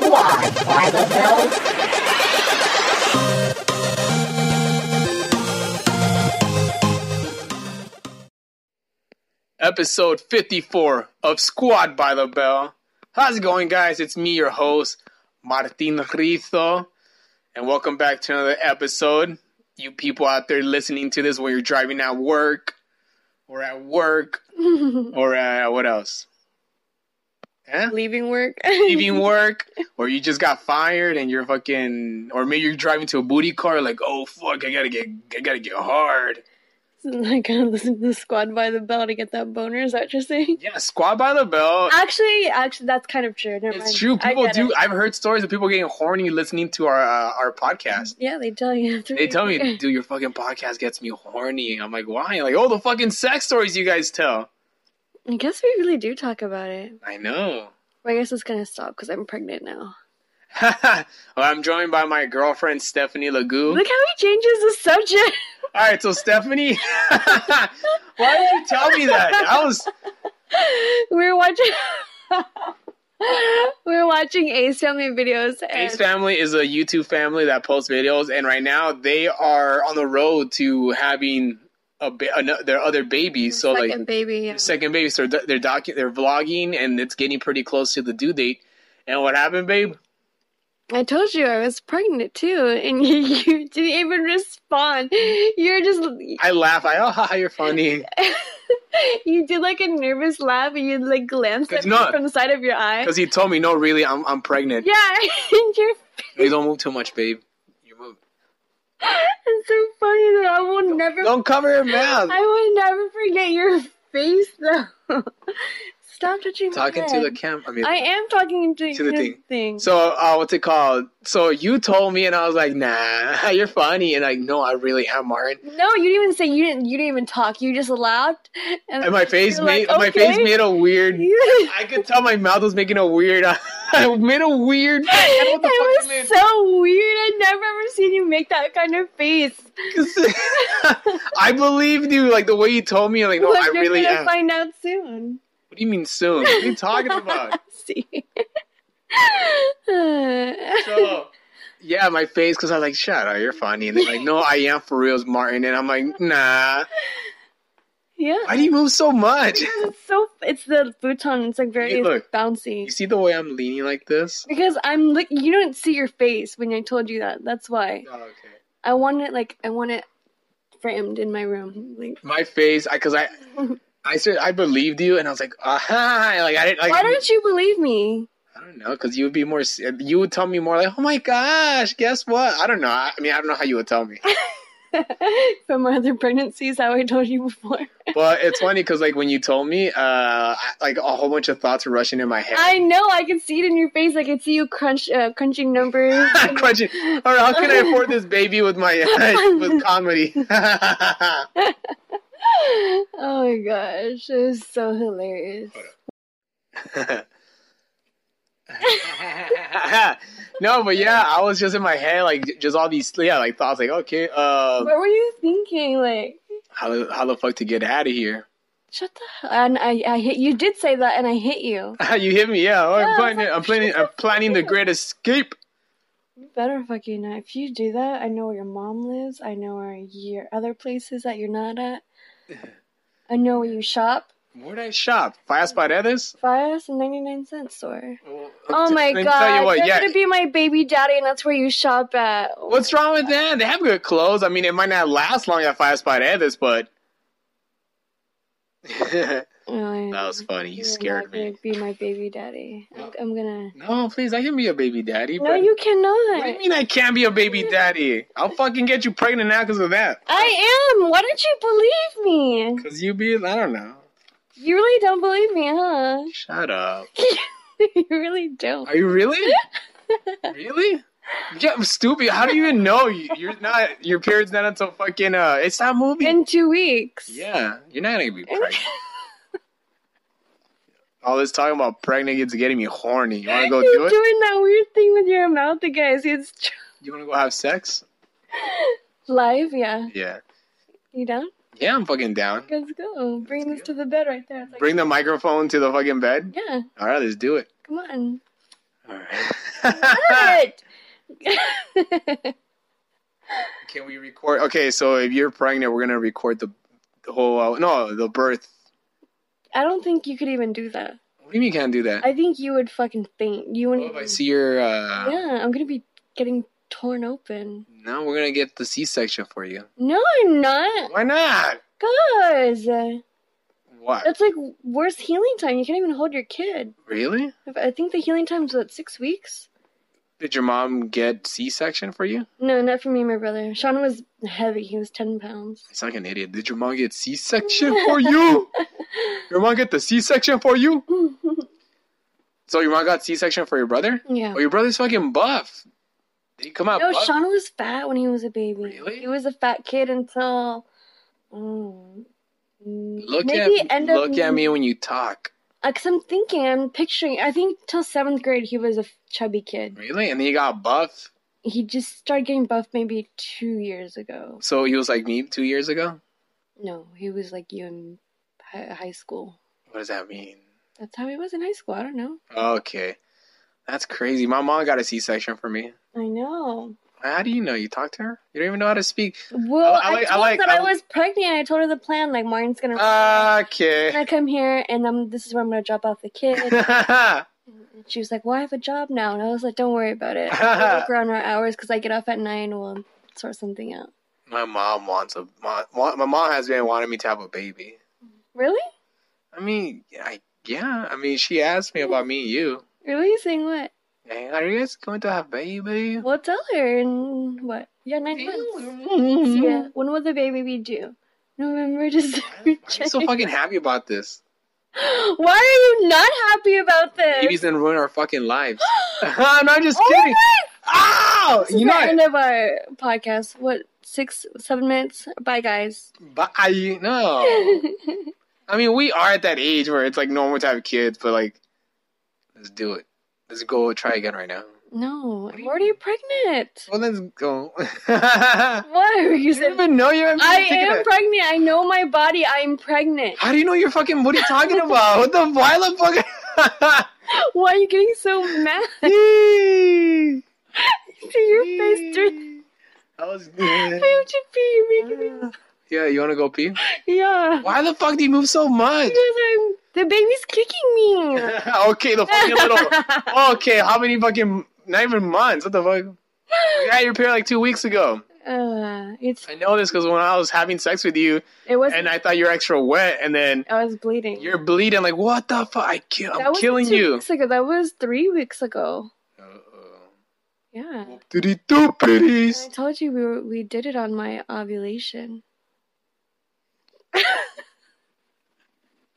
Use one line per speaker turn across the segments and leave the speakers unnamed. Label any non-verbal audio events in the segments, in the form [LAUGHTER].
God, why the hell?
episode 54 of Squad by the Bell. How's it going, guys? It's me, your host, Martin Rizo, and welcome back to another episode. You people out there listening to this when you're driving at work, or at work, or at what else? Huh?
leaving work. [LAUGHS]
Leaving work, or you just got fired and you're fucking, or maybe you're driving to a booty car, like, oh fuck, I gotta get, I gotta get hard.
I gotta listen to the squad by the bell to get that boner. Is that what you're saying?
Yeah, Squad by the Bell
Actually, actually, that's kind of true. Never
It's
mind.
true.
I
People
get
do.
it.
I've heard stories of people getting horny listening to our uh, our podcast.
Yeah, they tell you. after
They
we-
tell
[LAUGHS]
me, "Dude, your fucking podcast gets me horny." I'm like, "Why?" Like, "Oh, the fucking sex stories you guys tell."
I guess we really do talk about it.
I know. [LAUGHS]
Well, I guess it's gonna stop because I'm pregnant now.
well, I'm joined by my girlfriend Stephanie Lagoo.
Look how he changes the subject. [LAUGHS]
All right, so Stephanie, [LAUGHS] why did you tell me that? I
[LAUGHS]
was
we were watching. [LAUGHS] we were watching Ace Family videos. And
Ace Family is a YouTube family that posts videos, and right now they are on the road to having a ba- ano- their other babies. So
second
like.
baby. Yeah.
second baby. So they're they're, docu- they're vlogging, and it's getting pretty close to the due date. And what happened, babe?
I told you I was pregnant too, and [LAUGHS] you, you didn't even respond. You're just
I laugh. I [LAUGHS] oh, haha, you're
[LAUGHS]
funny.
you did like a nervous laugh and you like glanced at
It's
me
not-
from the side of your eye.
Because he told me, no, really, I'm I'm pregnant.
Yeah, [LAUGHS] and you're
You don't move too much, babe. You move.
it's so funny that I will never
Don't cover your mouth.
I will never forget your face though. [LAUGHS] Stop touching my
Talking to
head.
the cam. I mean,
I am talking to,
To the
your
thing. so uh, what's it called? So you told me, and I was like, nah, [LAUGHS] you're funny, and like, no, I really am, Martin.
no, you didn't even say you didn't. You didn't even talk. You just laughed,
And my face
you're
made
like,
my face
"Okay." [LAUGHS]
made a weird.
You-
I could tell my mouth was making a weird. [LAUGHS] I made a weird. I
it
don't know what the fuck I
was
made.
so weird. I never ever seen you make that kind of face.
I believed you, like the way you told me. Like, no,
But
I
you're
really
gonna
am.
find out soon.
what do you mean soon? What are you
[LAUGHS]
talking about?
See.
so, yeah, my face, because I was like, shut up, you're funny. And they're like, no, I am for reals, Martin. And I'm like, nah.
[LAUGHS] yeah.
Why do you move so much?
it's so it's the futon. It's like very
Hey, look.
bouncy.
You see the way I'm leaning like this?
Because I'm look, you don't see your face when I told you that. That's why
Oh, okay.
I want it like I want it framed in my room. Like,
My face, I because I, I said I believed you, and I was like, aha, like I didn't like.
why don't you believe me? [LAUGHS]
I don't know, because you would be more. s- You would tell me more like, oh my gosh, guess what? I don't know. I, I mean, I don't know how you would tell me.
From my other pregnancies, how I told you before.
Well, it's funny because like when you told me, uh, I- like a whole bunch of thoughts were rushing in my head. [LAUGHS]
I know I can see it in your face. I can see you crunch, uh,
[LAUGHS]
crunching numbers. [LAUGHS]
Question: All right, how can I afford this baby with my [LAUGHS] with comedy? [LAUGHS]
oh my gosh, it was so hilarious.
no, but yeah, I was just in my head like j- just all these yeah like thoughts like okay, uh,
What were you thinking? Like,
how the- how the fuck to get out of here? [LAUGHS]
shut the. And I, I hit you. Did say that, and I hit you.
you hit me, yeah. oh,
Yeah, I
I'm
was
planning,
like,
I'm planning,
shut
I'm
the fuck
planning the
up.
great escape.
You better fucking not. If you do that, I know where your mom lives. I know where your other places that you're not at. I know where you shop.
Where'd I shop? Fast Paredes.
Buy us a 99 cent store.
I'll
Oh
t-
my
let me
god.
Tell you what,
you're
yeah,
gonna be my baby daddy, and that's where you shop at.
What's wrong with that? They have good clothes. I mean, it might not last long at Five Spot Edis,
[LAUGHS]
but that
Oh, yeah.
was funny. You
You're
scared
not
me.
gonna Be my baby daddy. I'm, I'm gonna.
No, please, I can be a baby daddy.
No,
but-
you cannot.
What do you mean I can't be a baby daddy? I'll fucking get you pregnant now because of that.
I am. Why don't you believe me?
Because you be, I don't know.
You really don't believe me, huh?
Shut up.
[LAUGHS] you really don't.
Are you
[LAUGHS]
really? really? Yeah, I'm stupid. How do you even know? You- You're not. Your period's not until fucking. Uh, it's that movie.
In two weeks. [LAUGHS]
Yeah, you're not gonna be pregnant. All this talking about pregnant kids getting me horny. You
[LAUGHS]
wanna go
You're
do it?
doing that weird thing with your mouth, guys. It's [LAUGHS] tr-
You wanna go have sex?
live, yeah.
Yeah.
You down?
Yeah, I'm fucking down.
Let's go. Bring
Let's
this
go.
to the bed right there. It's like-
Bring the microphone to the fucking bed.
yeah,
All right, let's do it.
come on.
All right.
What?
[LAUGHS] Can we record? Okay, so if you're pregnant, we're gonna record the, the whole uh, no the birth.
[LAUGHS] I don't think you could even do that.
What do you mean you can't do that?
I think you would fucking faint. You
Oh,
wouldn't.
if I
even-
see your uh,
Yeah, I'm gonna be getting torn open.
no, we're gonna get the C-section for you.
No, I'm not.
Why not?
Guys,
What?
that's like worst healing time. You can't even hold your kid.
Really?
If- I think the healing time's what six weeks.
Did your mom get C-section for you?
No, not for me, and my brother. Sean was heavy. He was ten [LAUGHS] pounds.
It's like an idiot. Did your mom get C-section for
[LAUGHS]
you? Your mom get the C-section for you? Oh, So your mom got C-section for your brother?
yeah.
Oh, your brother's fucking buff. Did he come out
No,
buff?
Sean was fat when he was a baby.
Really?
He was a fat kid until. mm,
look
maybe
at
end
look
of,
at me when you talk.
Because I'm thinking, I'm picturing. I think till seventh grade he was a f- chubby kid.
Really? And then he got buff.
He just started getting buff maybe two years ago.
So he was like me two years ago.
No, he was like you in hi- high school.
What does that mean?
That's how he was in high school. I don't know.
Okay, that's crazy. My mom got a C-section for me.
I know.
How do you know? You talked to her? You don't even know how to speak.
Well,
I- I
I,
like- I
told
like-
her that
I Uh,
I,
like-
was pregnant. I told her the plan. Like, Martin's gonna, [LAUGHS]
Okay.
gonna come here, and um, this is where I'm gonna drop off
[LAUGHS]
the kid. And she was like, "Well, I have a job now," and I was like, "Don't worry
[LAUGHS]
about it. I'll work around our hours because I get off at nine. We'll sort something out."
my mom wants a my, my mom has been wanting me to have a baby.
Really?
I mean, I yeah. I mean, she asked me about me and you.
Really? You're Saying what?
Hey, are you guys going to have baby?
Well, tell her and what? Yeah, nine months.
Mm-hmm.
Yeah. When will the baby be due? November, [LAUGHS] December.
I'm so fucking happy about this.
Why are you not happy about this?
Babies didn't ruin our fucking
[GASPS]
lives. [LAUGHS] I'm not just
Oh my
kidding. Ow!
This is
You
the end
know,
of our podcast. What six, seven minutes? Bye, guys.
but I
[LAUGHS]
no. I mean, we are at that age where it's like normal to have kids, but like, let's do it. Let's go try again right now.
no,
do
I'm
you
already pregnant.
Well, let's go. [LAUGHS] you
What are you
don't
saying?
even know you're.
I
taking
am
a-
pregnant. I know my body. I'm pregnant.
How do you know you're fucking? What are you
[LAUGHS]
talking about? What the violet fucking?
Why are you getting so mad?
[LAUGHS] Yee.
See your face through.
That was
Why don't you pee? You're making me.
Yeah, you want to go pee?
Yeah.
Why the fuck do you move so much?
Because I'm. The baby's kicking me.
[LAUGHS] okay, the [LAUGHS] fucking little. Okay, how many fucking? Not even months. What the fuck? You got your pair like two weeks ago.
[LAUGHS] uh, it's.
I know this because when I was having sex with you,
It was.
and I thought you were extra wet, and then
I was bleeding.
you're bleeding. Like what the fuck? I kill.
that
I'm
wasn't
killing
two
you.
Weeks ago. That was three weeks ago. Yeah.
Doody doo
And I
pretties.
told you we were, we did it on my ovulation. [LAUGHS]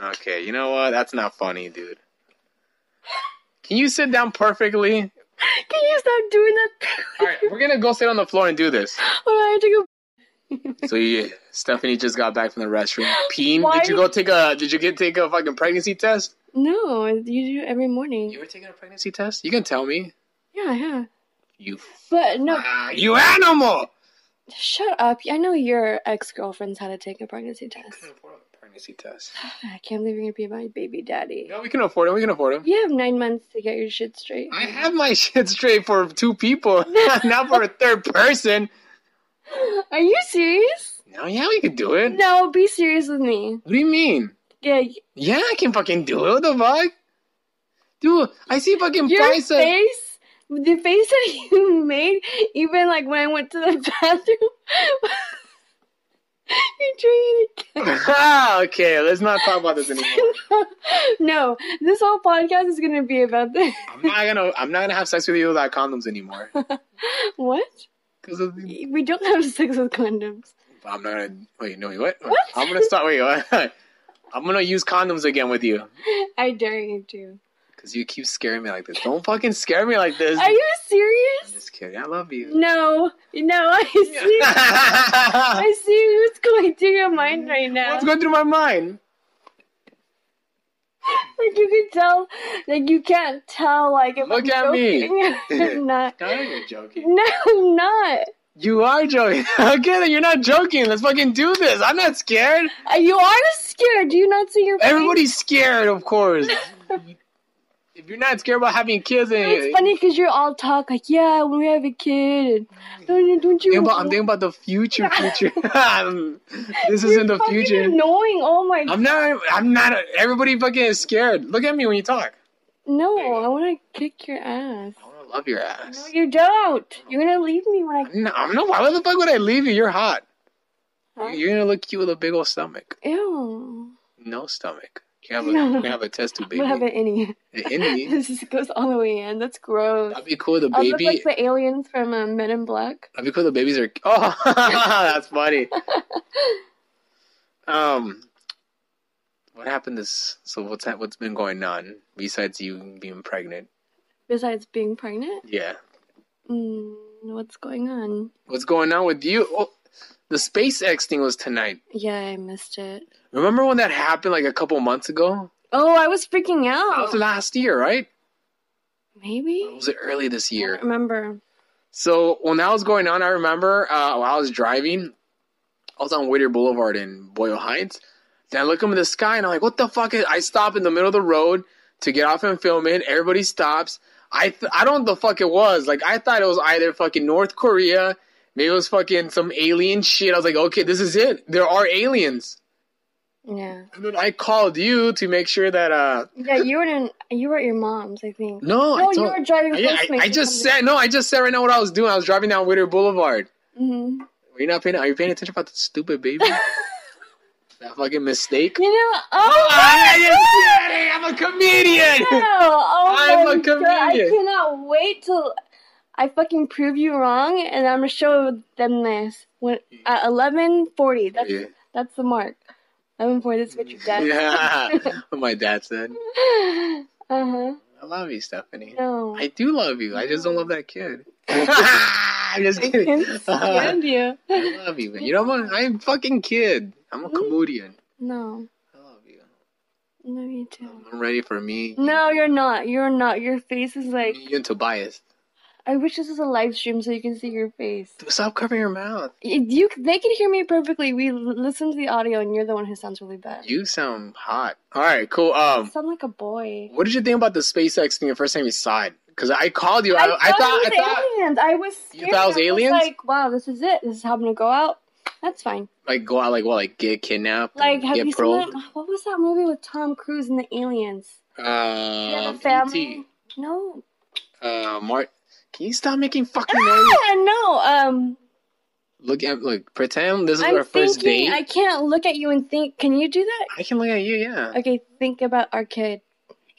Okay, you know what? That's not funny, dude. Can you sit down perfectly?
Can you stop doing that? [LAUGHS]
All right, we're gonna go sit on the floor and do this.
Hold on, I have to go
So you, Stephanie just got back from the restroom. Peen,
Why-
did you go take a? Did you get take a fucking pregnancy test?
No, you do it every morning.
You were taking a pregnancy test. You can tell me.
yeah, yeah.
You,
But no,
ah, you animal.
shut up. I know your ex girlfriends had to take a pregnancy test.
Pregnancy test.
I can't believe you're gonna be my baby daddy.
No, we can afford it. We can afford it.
You have nine months to get your shit straight.
I have my [LAUGHS] shit straight for two people, [LAUGHS] not for a third person.
Are you serious?
No, yeah, we could do it.
No, be serious with me.
What do you mean?
Yeah,
Yeah, I can fucking do it. What the fuck? Dude, I see fucking
your
price at-
face, the face that [LAUGHS] you made, even like when I went to the [LAUGHS] bathroom. you're doing it again.
[LAUGHS]
[LAUGHS]
Ah, okay, let's not talk about this anymore.
no, this whole podcast is gonna be about this. [LAUGHS]
I'm not gonna. I'm not gonna have sex with you without condoms anymore.
What?
Because of the,
We don't have sex with condoms.
I'm not gonna. Wait, no, wait, what?
What?
I'm gonna start. Wait, what? [LAUGHS] I'm gonna use condoms again with you.
I dare you to.
Because you keep scaring me like this. Don't fucking scare me like this.
Are you
I'm
serious?
just kidding. I love you.
No, no. I [LAUGHS]
[LAUGHS]
see. I see who's going through your mind right now.
What's going through my mind?
like you can tell. Like you can't tell. Like if
Look
I'm
at me. [LAUGHS]
joking. I'm not.
No, you're joking.
No, I'm not.
You are joking. [LAUGHS] I'm kidding. You're not joking. Let's fucking do this. I'm not scared.
Uh, You are scared. Do you not see your face?
Everybody's scared, of
[LAUGHS]
course. if you're not scared about having kids, and
It's funny because you're all talk like, yeah, when we have a kid, and don't you, don't you?
Think about, Mm. I'm thinking about the future.
[LAUGHS]
Future. [LAUGHS] this is
You're
in the
fucking
future.
Annoying. Oh my.
I'm not. I'm not. Everybody fucking is scared. Look at me when you talk. [LAUGHS]
no, I want to kick your ass.
I wanna love your
No,
ass.
you don't. You're gonna leave me when I.
No, I'm not. Why the fuck would I leave you? You're hot.
Huh?
You're gonna look cute with a big old stomach.
Ew.
No stomach. You
[LAUGHS]
have a. You have a test tube,
I'm
baby.
gonna have an innie.
An innie.
[LAUGHS] this just goes all the way in. That's gross.
That'd be cool. with The
I look
baby.
like the aliens from uh, Men in Black.
That'd be cool. The babies are. [LAUGHS] Oh, that's
[LAUGHS]
funny. Um, what happened this? So what's that? What's been going on besides you being pregnant?
Besides being pregnant,
Yeah.
mm, what's going on?
What's going on with you? Oh, the SpaceX thing was tonight.
Yeah, I missed it.
Remember when that happened like a couple months ago?
Oh, I was freaking
That was
out.
last year, right? Or
Maybe.
was it early this
I
year?
don't remember.
So when that was going on, I remember uh, while I was driving, I was on Whittier Boulevard in Boyle Heights. Then I look up in the sky and I'm like, "What the fuck?" Is-? I stop in the middle of the road to get off and film it. Everybody stops. I th- I don't know the fuck it was. Like I thought it was either fucking North Korea, maybe it was fucking some alien shit. I was like, "Okay, this is it. There are aliens."
Yeah.
And then I called you to make sure that uh
Yeah, you were in, you were at your mom's, I think.
no,
no,
I
you
told-
were driving.
I, I, I just said no. I just said right now what I was doing. I was driving down Whittier Boulevard.
hmm
Are you not paying? Are you paying attention about the stupid
[LAUGHS]
baby? that fucking mistake.
You know, oh,
I
my
am kidding. I'm a [LAUGHS] comedian.
God. [LAUGHS] Oh
I'm
my
a
God, I
comedian.
cannot wait till I fucking prove you wrong, and I'm gonna show them this when at 11:40. That's
Yeah. Mm.
that's the mark. 11:40. That's what you
[LAUGHS]
got. [LAUGHS]
Yeah, what my dad said.
uh huh.
I love you, Stephanie.
No. [LAUGHS]
I do love you. I just don't love that kid. [LAUGHS] I'm just
I
kidding.
can't stand you.
[LAUGHS]
[LAUGHS]
I love you, man. You know what? I'm a fucking kid. I'm
Mm-hmm.
a comedian.
No.
I love you.
No, you too.
I'm ready for me.
No, you're not. You're not. Your face is like.
you and Tobias.
I wish this was a live stream so you can see your face.
Dude, Stop covering your mouth.
You, they can hear me perfectly. We l- listen to the audio, and you're the one who sounds really bad.
You sound hot. All right, cool. Um,
You sound like a boy.
What did you think about the SpaceX thing the first time you saw it? Because I called you. I, I,
it
thought. I
was
thought.
aliens. I was scared.
You thought it was
I
aliens?
Like, wow, this is it. This is how I'm gonna go out. That's fine.
Like go out. Like what? Like get kidnapped.
Like, have
get
you seen that? What was that movie with Tom Cruise and the aliens? They had a
Um,
family.
ET.
No.
Uh, Mark. Can you stop making
[LAUGHS]
fucking noise?
Ah, no. Um,
Look at look. Pretend this is
I'm
our first
thinking.
date.
I
I...
can't look at you and think. Can you do that?
can look at you. Yeah.
Okay, think about our kid. [LAUGHS]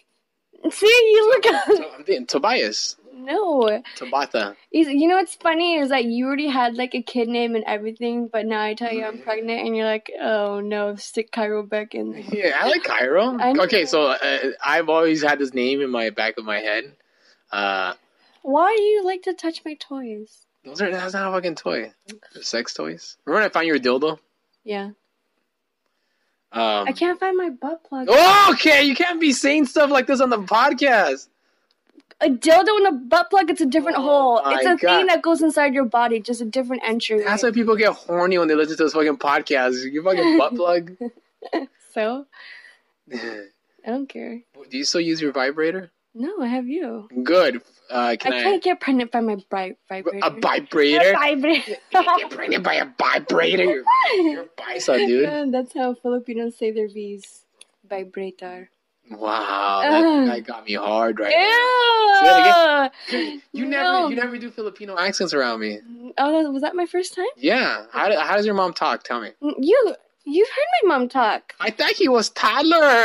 See, you look at
So I'm thinking Tobias.
[LAUGHS] no.
Tabata.
He's, you know what's funny is that you already had like a kid name and everything, but now I tell you I'm pregnant, and you're like, oh no, stick Cairo back in. there.
Yeah, I like Cairo.
I know.
okay, so uh, I've always had this name in my back of my head. Uh,
Why do you like to touch my toys?
those are that's not a fucking toy. They're sex toys. Remember when I found your dildo? Um,
Yeah, I can't find my butt plug.
Oh! okay, you can't be saying stuff like this on the podcast.
A dildo and a butt plug. It's a different
Oh
hole.
my
It's a
God.
thing that goes inside your body, just a different entry.
That's why people get horny when they listen to this fucking podcast. You fucking
[LAUGHS]
butt plug. [LAUGHS]
So
Do
I don't care.
you still use your vibrator?
No, I have you.
Good. Uh, can
I
I,
can't get pregnant by my bri- vibrator.
a vibrator?
[LAUGHS] A vibrator.
[LAUGHS] You get pregnant by a vibrator? You're, you're a bicep, dude.
Yeah, that's how Filipinos say their V's. Vibrator.
Wow, that,
Ugh.
that got me hard right
Ew!
that now. You never,
No.
you never do Filipino accents around me.
Oh, that- was that my first time?
Yeah. How, do- how does your mom talk? Tell me.
You, you've heard my mom talk.
I thought he was
[LAUGHS]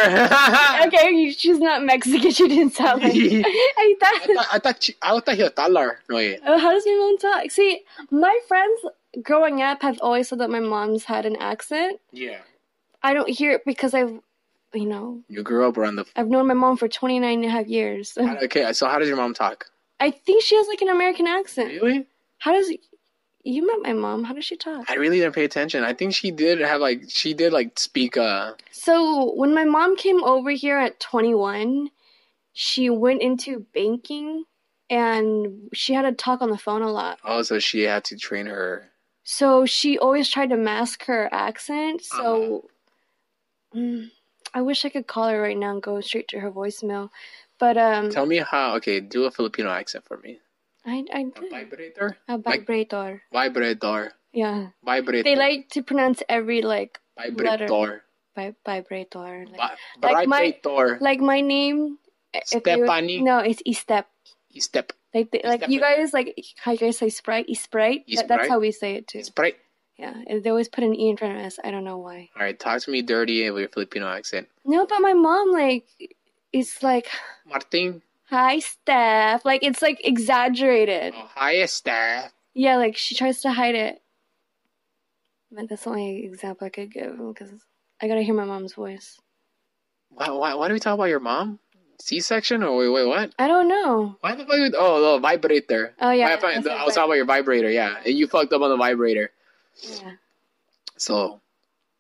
toddler.
Okay, you, she's not Mexican. She didn't sound like. I
I
thought.
thought I thought she, I thought he was taller. No, yeah.
Oh, how does my mom talk? See, my friends growing up have always said that my mom's had an accent.
Yeah.
I don't hear it because I've, you know,
You grew up around the.
I've known my mom for 29 and a half years. [LAUGHS]
Okay, so how does your mom talk?
I think she has like an American accent.
Really?
How does you met my mom? How does she talk?
I really didn't pay attention. I think she did have like she did like speak. Uh,
So when my mom came over here at 21, she went into banking and she had to talk on the phone a lot.
Oh, so she had to train her.
So she always tried to mask her accent.
Uh-huh.
So Mm, I wish I could call her right now and go straight to her voicemail. But um,
Tell me how. Okay, do a Filipino accent for me.
I I did
Vibrator.
a
like-
vibrator.
Vibrator.
Yeah,
Vibrator.
they like to pronounce every like
vibrator.
vi- vibrator. Like,
Vi-
Like my-
vibrator.
like my name. eh, if they would-
Stephanie.
no, it's Estep.
Step.
Like the, like you
Stephanie.
guys like how you guys say Sprite, Sprite. That,
Sprite?
that's how we say it too.
Sprite.
Yeah, and they always put an e in front of us. I don't know why.
All right, talk to me dirty and with your Filipino accent.
No, but my mom like it's like
Martin.
hi Steph. Like it's like exaggerated.
Oh, hi, Steph.
Yeah, like she tries to hide it. But that's the only example I could give because I gotta hear my mom's voice.
Why, why, why do we talk about your mom? C-section or wait, wait, what?
I don't know.
Why the fuck? Would, oh, no, vibrator.
Oh yeah,
I, found-
that's
I
it,
was
but-
talking about your vibrator. Yeah, and you fucked up on the vibrator.
yeah.
So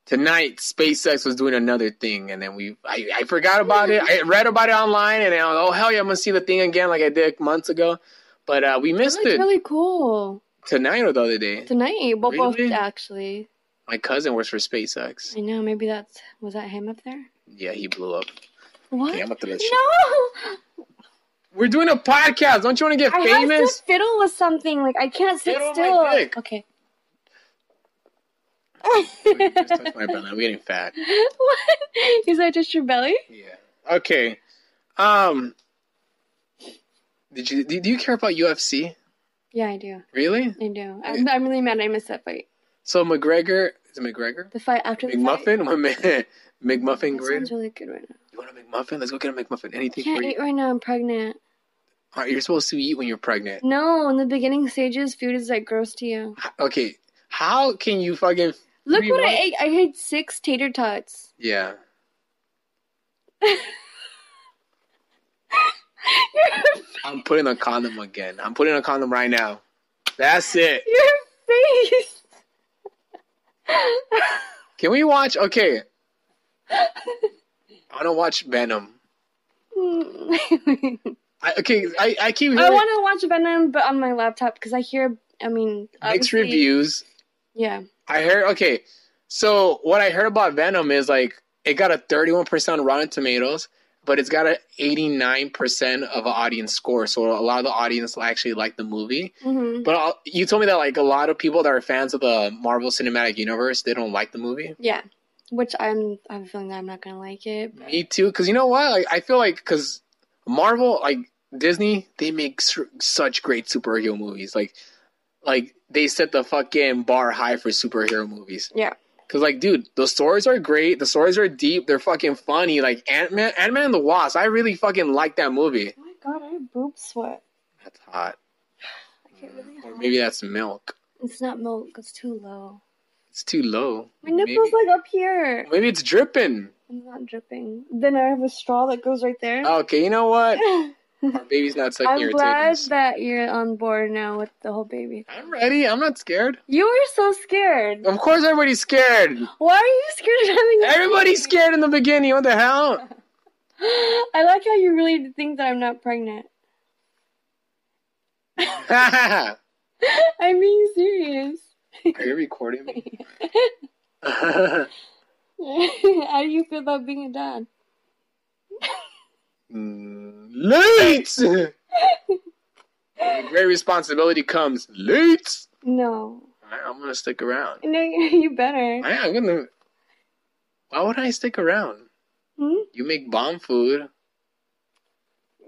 tonight, SpaceX was doing another thing, and then we I, I forgot about it. I read about it online, and I was oh hell yeah, I'm gonna see the thing again like I did months ago. But uh, we
That's
missed it
really cool.
tonight or the other day.
Tonight, well, both
Really?
actually.
My cousin works for SpaceX.
I know. Maybe that's was that him up there.
Yeah, he blew up.
What?
Yeah, I'm up to that shit. [LAUGHS]
no,
We're doing a podcast. Don't you want to get
I have
famous?
to fiddle with something. Like I can't sit
Fiddle my
still.
dick.
Okay.
Wait, just touch
[LAUGHS]
my belly. I'm getting fat.
what? Is that just your belly?
Yeah. Okay. Um. Did you do do you care about UFC?
Yeah, I do.
Really?
I do. I'm, I'm really mad I missed that fight.
So McGregor is it McGregor?
The fight after the fight.
McMuffin? My [LAUGHS] McMuffin
That
great.
sounds really good right now.
You want a McMuffin? Let's go get a McMuffin.
I
Anything
can't
for you.
eat right now. I'm pregnant.
All right, you're supposed to eat when you're pregnant.
No, in the beginning stages, food is like gross to you.
H- Okay, how can you fucking
Look
Three
what I
what?
ate. I ate six tater tots. [LAUGHS]
yeah?
your,
I'm putting a condom again. I'm putting a condom right now. That's it.
your face. [LAUGHS]
Can we watch?
[LAUGHS]
Okay. I want to watch Venom. I, okay, I, I keep
I
hearing
want to watch Venom, but on my laptop because I hear. I mean,
mixed
obviously-
reviews.
Yeah,
I heard okay. So what I heard about Venom is like it got a 31% on Rotten Tomatoes, but it's got an 89% of an audience score. So a lot of the audience actually liked the movie.
hmm
But I'll- you told me that like a lot of people that are fans of the Marvel Cinematic Universe, they don't like the movie.
yeah. Which I'm, I'm feeling that I'm not gonna like it. but-
Me too, because you know what? Like, I feel like because Marvel, like Disney, they make su- such great superhero movies. Like, like they set the fucking bar high for superhero movies.
Yeah.
Cause like, dude, the stories are great. The stories are deep. They're fucking funny. Like Ant Man, Ant Man and the Wasp. I really fucking like that movie.
Oh my god, I have boob sweat.
That's hot.
I get really
Or
hot.
maybe that's milk.
It's not milk. It's too low.
It's too low.
My nipple's
maybe,
like up here.
maybe it's dripping.
I'm not dripping. Then I have a straw that goes right there. [LAUGHS]
Okay, you know what? Our baby's not sucking
I'm
your
glad
titties.
that you're on board now with the whole baby.
I'm ready. I'm not scared.
You were so scared.
Of course, everybody's scared.
Why are you scared of having? a
Everybody's
baby?
scared in the beginning. What the hell?
[LAUGHS] I like how you really think that I'm not pregnant.
[LAUGHS]
[LAUGHS]
Are
I'm being serious. [LAUGHS]
you recording [LAUGHS] me? mm,
how do you feel about being a dad?
late. Great responsibility comes late.
No.
Alright, I'm gonna stick around.
No, [LAUGHS] you better.
I am gonna. Why would I stick around?
Hmm?
You make bomb food.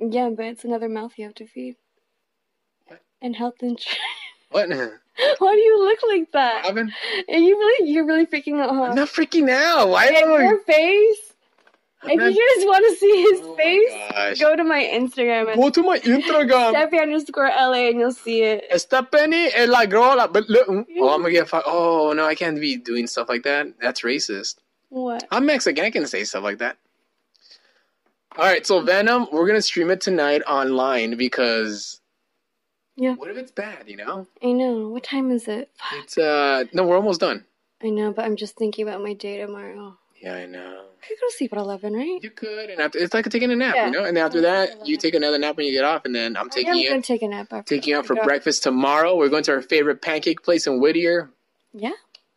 Yeah, but it's another mouth you have to feed.
What?
And health insurance.
What, [LAUGHS]
[LAUGHS] Why do you look like that?
Robin?
Are you really, you're really freaking out, huh?
I'm not freaking out. Why
And
am
your face.
I?
if
I'm not-
you guys want to see his
Oh my
face,
gosh. um,
go to my Instagram and
Go to my
[LAUGHS]
Instagram.
Steffi underscore LA and you'll see it.
Stephanie es la grola. But look, oh, I'm gonna get fucked. Oh no, I can't be doing stuff like that. That's racist.
What?
I'm Mexican. I can say stuff like that. All right, so Venom, we're gonna stream it tonight online because
Yeah.
What if it's bad? You know,
I know. What time is it? Fuck.
it's uh no, we're almost done.
I know, but I'm just thinking about my day tomorrow.
Yeah, I know.
I could go to sleep at 11, right?
You could, and after, it's like taking a nap,
Yeah.
you know. And after that, you take another nap when you get off, and then I'm taking
I am Oh
you
going to take a nap after
taking you out
I
for
get off.
breakfast tomorrow. We're going to our favorite pancake place in Whittier,
Yeah.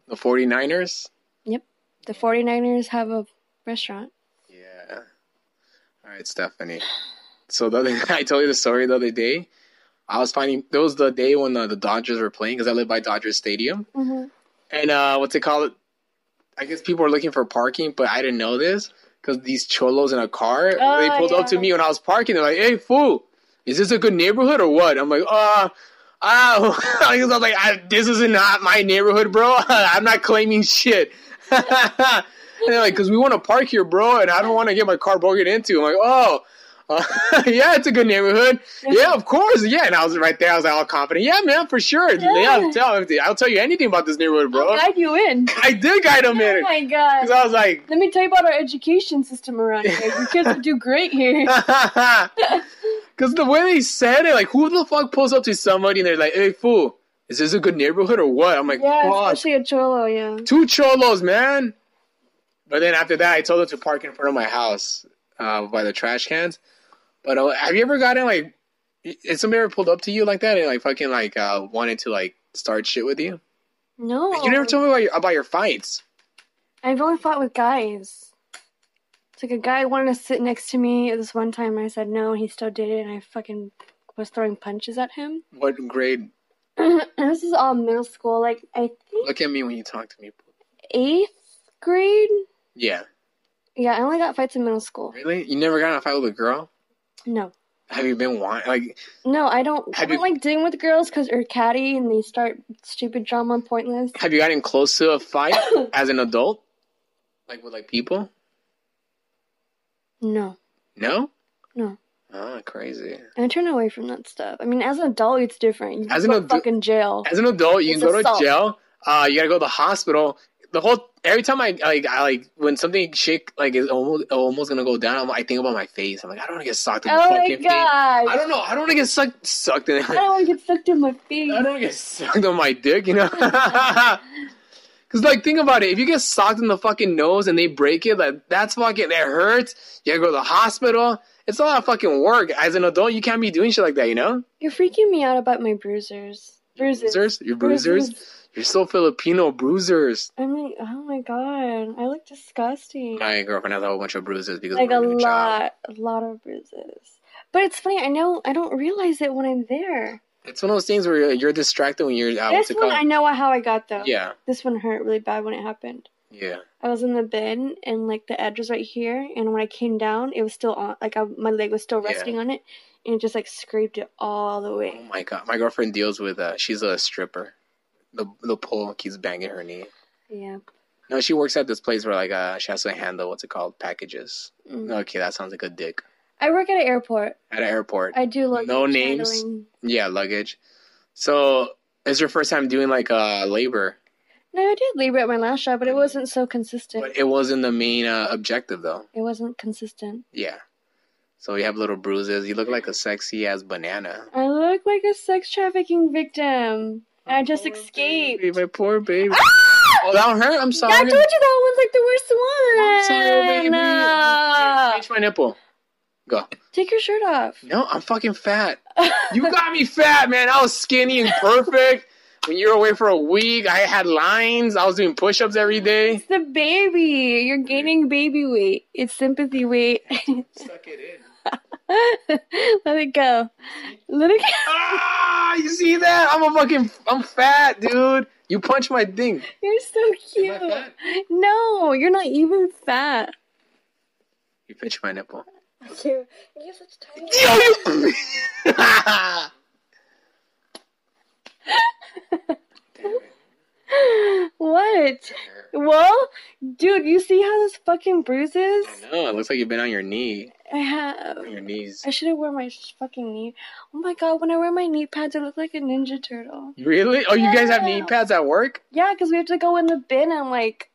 the 49ers.
The 49ers have a restaurant.
Yeah. All right, Stephanie. So the other, [LAUGHS] I told you the story the other day. I was finding that was the day when uh, the, the Dodgers were playing because I live by Dodgers Stadium.
Mm-hmm.
and uh, what's it called? I guess people were looking for parking, but I didn't know this because these cholos in a car
Oh,
they pulled up to
yeah.
me when I was parking. They're like, "Hey, fool, is this a good neighborhood or what?" I'm like, "Uh." Oh, [LAUGHS] I was like, I, this is not my neighborhood, bro. [LAUGHS] I'm not claiming shit. [LAUGHS] and they're like, because we want to park here, bro, and I don't want to get my car broken into. I'm like, oh, [LAUGHS] uh, yeah, it's a good
[LAUGHS]
neighborhood. Yeah, of course. Yeah, and I was right there. I was like, all confident. Yeah, man, for sure. Yeah,
Yeah.
tell, I'll tell you anything about this neighborhood, bro.
Guide you
[LAUGHS]
in.
I did guide him in
Oh
it.
my god.
Because I was like, [LAUGHS]
Let me tell you about our education system around here. Your kids would do
[LAUGHS]
great here.
because the way they said it, like, who the fuck pulls up to somebody and they're like, hey, fool, is this a good neighborhood or what? I'm like,
Yeah,
fuck,
especially a cholo, yeah.
two cholos, man. But then after that, I told them to park in front of my house uh, by the trash cans. But uh, have you ever gotten, like, is somebody ever pulled up to you like that and, like, fucking, like, uh, wanted to, like, start shit with you?
No.
You never told me about your, about your fights.
I've only fought with guys. It's like a guy wanted to sit next to me this one time and I said no and he still did it and I fucking was throwing punches at him. [CLEARS THROAT]
What grade?
this is all middle school, like I think
Look at me when you talk to me.
eighth grade.
Yeah.
Yeah, I only got fights in middle school.
Really? You never got in a fight with a girl?
No.
Have you been wanting? Like,
No, I don't. I
Have
don't
you-
like dealing with girls because they're catty and they start stupid drama and pointless.
have you gotten close to a
[COUGHS]
fight as an adult? Like with like people?
No,
No.
No.
Ah, crazy.
I turn away from that stuff. I mean, as an adult, it's different. You
As
go
an
to
adu-
fucking jail.
As an adult, you
It's
can go
assault.
to jail. Uh, you gotta go to the hospital. The whole every time I like I like when something shit like is almost almost gonna go down, I'm, I think about my face. I'm like, I don't want to get sucked in the
oh my
fucking face. I
god!
don't know. I don't want to get sucked sucked in.
I [LAUGHS] don't want to get sucked in my feet.
I don't get sucked on my dick, you
[LAUGHS]
know? Because, like, think about it. If you get sucked in the fucking nose and they break it, like, that's fucking, that hurts. You gotta go to the hospital. It's a lot of fucking work. As an adult, you can't be doing shit like that, you know?
You're freaking me out about my bruisers. Bruises.
Bruisers? You're bruisers? You're so Filipino bruisers.
I'm like, oh my god, I look disgusting.
My girlfriend has a whole bunch of bruises because
like
of
a
her new job.
lot, a lot of bruises. But it's funny. I know I don't realize it when I'm there.
It's one of those things where you're, you're distracted when you're out.
this one I know how I got though.
Yeah,
This one hurt really bad when it happened.
yeah.
I was in the bed and like the edge was right here, and when I came down, it was still on. Like I, my leg was still
Yeah.
resting on it, and it just like scraped it all the
Oh
way.
my god. My girlfriend deals with, uh, she's a stripper. The, the pole keeps banging her knee.
Yeah.
No, she works at this place where like uh she has to handle what's it called packages.
Mm.
Okay, that sounds like a dick
I work at an airport.
at an airport.
I do like
No names.
handling-
yeah, luggage. So it's your first time doing like uh labor,
No, I did labor at my last job, but it wasn't so consistent.
but it wasn't the main uh, objective though.
It wasn't consistent.
Yeah. So you have little bruises. You look like a sexy ass banana.
I look like a sex trafficking victim. And I just escaped.
Baby, my poor baby. Oh, that one hurt. I'm sorry.
I told you that one's like the worst one.
I'm sorry, baby.
Ah.
Pinch my nipple. Go.
Take your shirt off. [LAUGHS]
No, I'm fucking fat. You got me fat, man. I was skinny and perfect. When you were away for a week, I had lines. I was doing push ups every day.
It's the baby. You're gaining baby weight. It's sympathy weight. [LAUGHS]
Suck it in.
Let it go. Let it go. [LAUGHS]
Ah, you see that? I'm a fucking, I'm fat, dude. You punch my thing.
You're so
Am I fat?
cute. No, you're not even [LAUGHS] fat.
You pinch my nipple.
You, you have such
Yo,
tiny.
you. [LAUGHS] Damn it.
[LAUGHS] What? Well, dude, you see how this fucking bruises?
I know. It looks like you've been on your knee,
I have.
on your knees.
I should have worn my sh- fucking knee. Oh my god, when I wear my knee pads, I look like a ninja turtle.
Really? Oh, you guys have knee pads at work?
Yeah, because we have to go in the bin and like,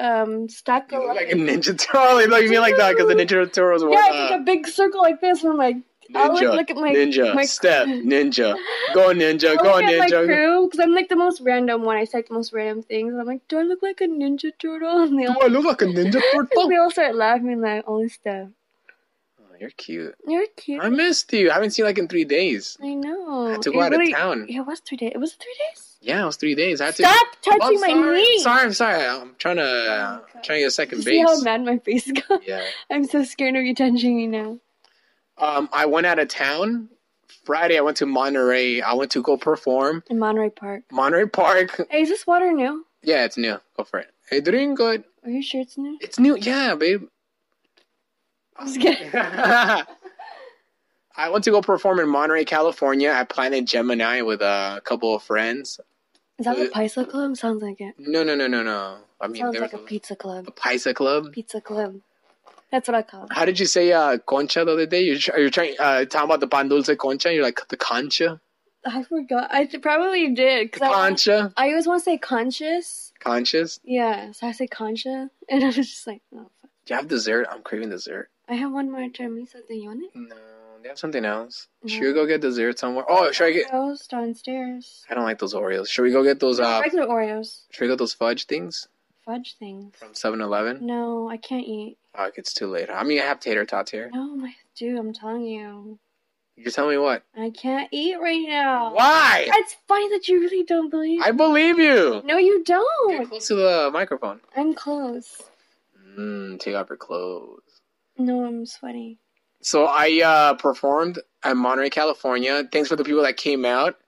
um, stack
You
them.
[LAUGHS] Oh, look like a Ninja Turtle. You look- you mean like that because the Ninja Turtles were.
Yeah,
uh,
I take a big circle like this, and I'm like, I'll
Ninja,
like look at my
ninja,
my
step, ninja, go ninja, go
I look at my
ninja.
crew because I'm like the most random one. I say like, the most random things. And I'm like, do I look like a ninja turtle? [LAUGHS] And they
Do
all,
I look like a
[LAUGHS]
ninja turtle?
they all start laughing like, only stuff.
Oh, you're cute.
You're cute.
I missed you. I haven't seen you, like in three days.
I know.
I had to
It
go out
really-
of town.
It was three days. It was three days.
Yeah, it was three days. I had to.
Stop
Oh, I'm
touching my
sorry.
knee.
Sorry, I'm sorry. I'm trying to
Oh, okay.
I'm trying to get a second
See how
base.
mad my face [LAUGHS] got.
Yeah.
I'm so scared of you touching me now.
Um, I went out of town. Friday, I went to Monterey. I went to go perform
In Monterey Park.
Monterey Park.
Hey, is this water new?
Yeah, it's new. Go for it. Hey, drink it.
Are you sure it's new?
It's new. Yeah, babe.
Just kidding.
[LAUGHS] I went to go perform in Monterey, California. I planted Gemini with a couple of friends.
Is that the Paisa Club? Sounds like it.
No, no, no, no, no. I Uh, mean,
Sounds
there was
like a pizza club.
a Paisa Club.
Pizza club. That's what I call it.
How did you say uh, concha the other day? You're, tr- you're trying uh, talking about the pan dulce concha. You're like the concha,
I forgot. I th- probably did. Cause I,
concha,
I always want to say conscious.
conscious.
Yeah, so I say concha. [LAUGHS] And I was just like, no. fuck.
Do you have dessert? I'm craving dessert.
I have one more Chinese something. You want it?
No, they have something else. Should
No.
we go get dessert somewhere? Oh, should I get?
Oreos downstairs.
I don't like those Oreos. Should we go get those? Uh,
Regular Oreos.
should we get those fudge things
Fudge things.
from 7-Eleven?
No, I can't eat.
Oh, it's too late. I mean, I have tater tots here.
No, my dude, I'm telling you.
You're telling me what?
I can't eat right now.
Why?
It's funny that you really don't believe.
I believe you.
no, you
Get
don't.
close to the microphone.
I'm close.
Mm, take off your clothes.
No, I'm sweaty.
So I uh, performed at Monterey, California. Thanks for the people that came out.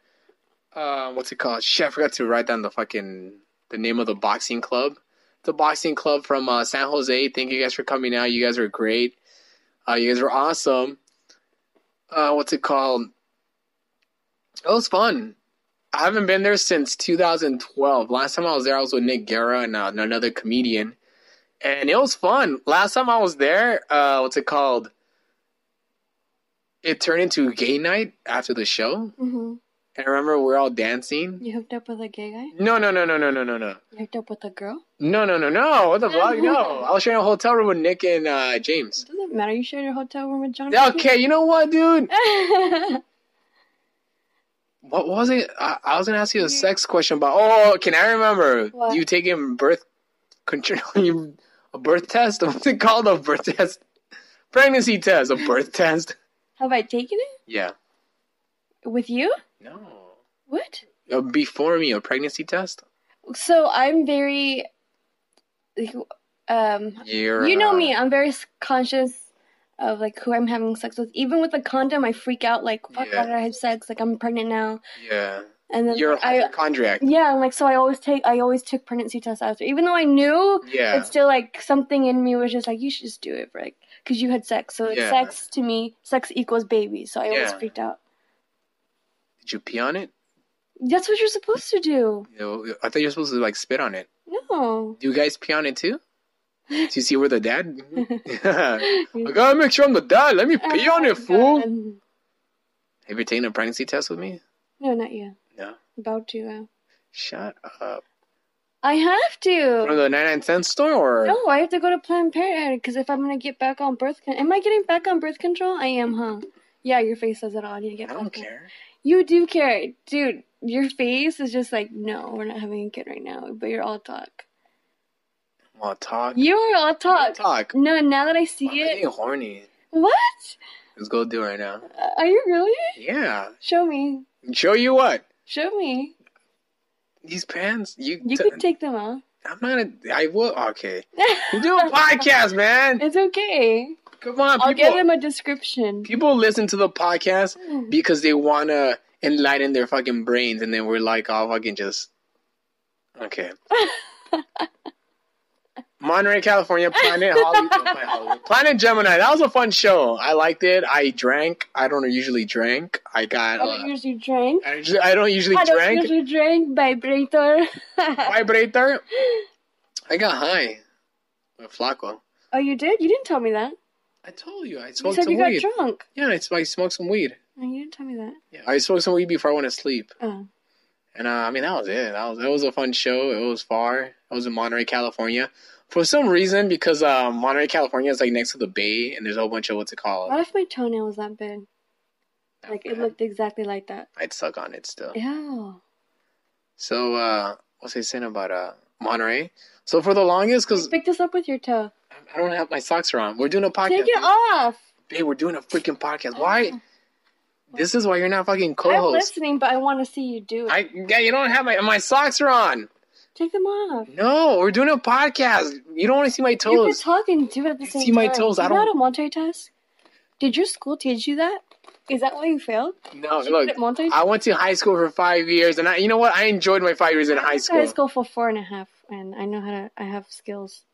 Uh, what's it called? Shit, I forgot to write down the fucking the name of the boxing club. The boxing club from uh, San Jose. Thank you guys for coming out. You guys were great. Uh, you guys were awesome. Uh, what's it called? It was fun. I haven't been there since 2012. Last time I was there, I was with Nick Guerra and uh, another comedian, and it was fun. Last time I was there, uh, what's it called? it turned into gay night after the show.
hmm
And remember, we're all dancing.
You hooked up with a gay guy?
No, no, no, no, no, no, no, no,
You hooked up with a girl?
no, no, no, no. What the fuck? No, I was sharing a hotel room with Nick and uh, James.
It doesn't matter. You shared your hotel room with John.
Okay, you know what, dude?
Travolta.
What was it? I, I was gonna ask you a sex question, but oh, can I remember?
What?
You taking birth control? [LAUGHS] you- A birth test? [LAUGHS] What's it called? A birth test? Pregnancy test? A birth test?
[LAUGHS] Have I taken it
Yeah.
with you?
No.
What?
Uh, Before me, a pregnancy test.
So I'm very, like, um,
You're,
you know
uh,
me. I'm very s- conscious of like who I'm having sex with. Even with a condom, I freak out. Like, fuck,
Yeah.
why did I have sex? Like, I'm pregnant now.
Yeah.
And then
You're a
like, I,
hypochondriac.
yeah, I'm like, so I always take, I always took pregnancy tests after, even though I knew
Yeah.
it's still like something in me was just like, you should just do it, like, because you had sex. So like,
Yeah.
sex to me, sex equals baby. So I always
Yeah.
freaked out.
Did you pee on it?
That's what you're supposed to do.
You know, I thought you were supposed to like spit on it. [LAUGHS]
No.
Do you guys pee on it too? Do you see where the
[LAUGHS]
dad? [LAUGHS] I gotta make sure I'm the dad. Let me
Oh
pee on it, fool.
Um,
Have you taken a pregnancy test with me?
No, not yet.
No.
About to though.
Shut up.
I have to.
From the 99 cent store or?
No, I have to go to Planned Parenthood because if I'm gonna get back on birth, con- am I getting back on birth control? I am, huh? Yeah, your face says it all. I need to get.
I don't
back on.
care.
You do care, dude. Your face is just like, no, we're not having a kid right now. But you're all talk.
Well, talk.
You are all
Wanna
talk.
Talk.
No, now that I see
I'm getting
it,
horny.
what?
Let's go do it right now.
Uh, Are you really?
Yeah.
Show me.
Show you what?
Show me.
These pants. You.
You
t-
could take them off. [LAUGHS]
I'm not. A, I will. Okay. We do a podcast, man.
it's okay.
Come on,
I'll
people.
give them a description.
people listen to the podcast because they want to enlighten their fucking brains and then we're like oh fucking just
[LAUGHS]
okay monterey california planet
[LAUGHS]
Hollywood, Planet Hollywood. planet gemini that was a fun show i liked it i drank i don't usually drink i got
I don't
uh,
usually drink.
I, usually, I don't usually
Oh, I don't
drink
usually drink vibrator.
[LAUGHS] vibrator i got high with flaco
oh, you did? You didn't tell me that.
i told you i
You
smoked
said
some
you got
weed
drunk.
yeah I, I smoked some weed
No, you didn't tell me that.
yeah, i smoked some weed before i went to sleep
Oh,
And uh, I mean, that was it. That was it was a fun show. It was far. It was in Monterey, California. For some reason, because uh, Monterey, California is like next to the bay, and there's a whole bunch of what's it called?
what if my toenail was that big? Oh, Like it looked exactly like that.
I'd suck on it still.
Yeah.
So uh, what's I saying about uh Monterey? So for the longest, because
Pick this up with your toe.
I don't have my socks are on. We're doing a podcast.
Take it off.
Hey, we're doing a freaking podcast. Why?
Oh.
This is why you're not fucking
I'm
co-host.
listening, but I want to see you do it.
I yeah, you don't have my my socks are on.
Take them off.
No, we're doing a podcast. You don't want to see my
You can
toes.
talk and do it at the
You
same time.
see my toes,
You
I
know
don't-
how to multitask? Did your school teach you that? Is that why you failed?
no,
Did you
look,
put it multi-
I went to high school for five years, and I, you know what? I enjoyed my five years in
I
high
went to
school.
High school for four and a half, and I know how to. I have skills.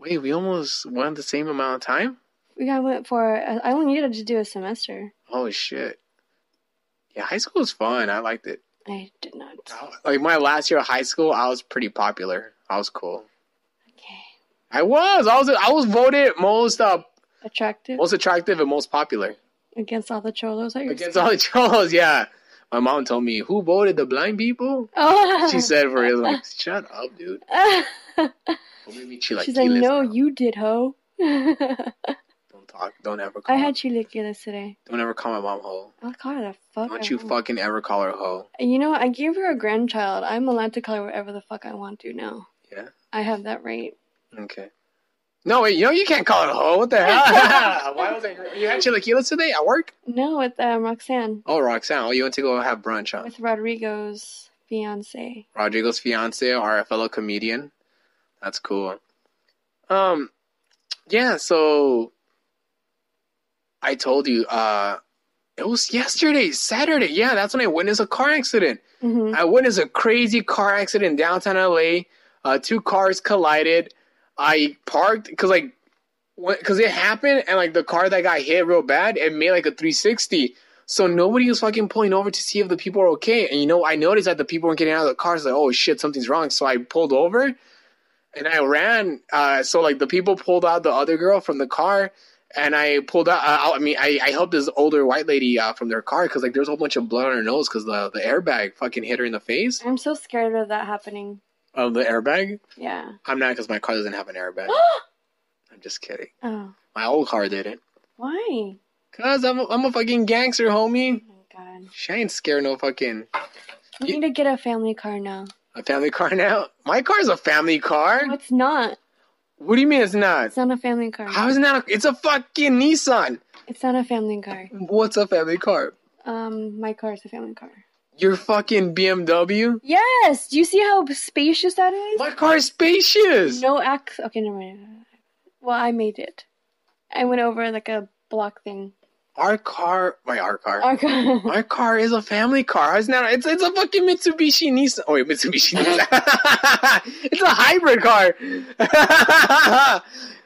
Wait, we almost went the same amount of time.
We got went for. I only needed to do a semester.
Holy shit! Yeah, high school was fun. I liked it.
I did not.
Like my last year of high school, I was pretty popular. I was cool.
Okay.
I was. I was. I was voted most uh,
Attractive
most attractive and most popular
against all the cholos at your
against
school.
all the [LAUGHS] cholos. Yeah, my mom told me who voted the blind people.
Oh. [LAUGHS]
She said for real, like, shut up, dude. Well, maybe she like,
She's like,
keyless
no,
now.
you did, ho. [LAUGHS] I
don't talk. Don't ever. Call
had chilaquiles today.
Don't ever call my mom hoe.
I'll call her the fuck.
Don't
I
you
want.
fucking ever call her hoe.
You know, I gave her a grandchild. I'm allowed to call her whatever the fuck I want to now.
Yeah?
I have that right.
Okay. No wait, you know you can't call it a hoe. What the hell? [LAUGHS] Why was I? You had chilaquiles today at work?
No, with um, Roxanne,
Oh, Roxanne. Oh, you went to go have brunch, [LAUGHS] huh?
with Rodrigo's fiance.
Rodrigo's fiance or a fellow comedian. That's cool. Um, yeah. So I told you, uh, it was yesterday, Saturday. Yeah, that's when I witnessed a car accident.
hmm
I witnessed Uh, a crazy car accident in downtown LA. Uh, two cars collided. I parked because like because it happened and like the car that got hit real bad it made like a 360 so nobody was fucking pulling over to see if the people were okay and you know i noticed that the people weren't getting out of the cars like oh shit something's wrong so i pulled over and i ran uh, so like the people pulled out the other girl from the car and i pulled out uh, i mean I, I helped this older white lady uh, from their car because like there's a whole bunch of blood on her nose because the, the airbag fucking hit her in the face
I'm so scared of that happening.
of the airbag [GASPS]
Yeah.
i'm not because my car doesn't have an airbag i'm just kidding
oh,
my old car didn't
why?
Cause I'm a, I'm a fucking gangster, homie.
Oh my god.
She ain't scared no fucking
We
You-
need to get a family car now.
a family car now. My car's a family
No,
car.
it's not.
What do you mean it's not?
It's not a family car.
How is it not? A, it's a fucking Nissan.
It's not a family car.
What's a family car?
Um, my car is a family car.
Your fucking BMW.
Yes. Do you see how spacious that is?
My car's spacious.
No ax. Okay, never mind. Well, I made it. I went over like a block thing. [LAUGHS]
Our car, my our car.
Okay.
my car is a family car. How is it not? It's it's a fucking Mitsubishi Nissan. Oh wait, Mitsubishi Nissan. [LAUGHS] it's a hybrid car. [LAUGHS]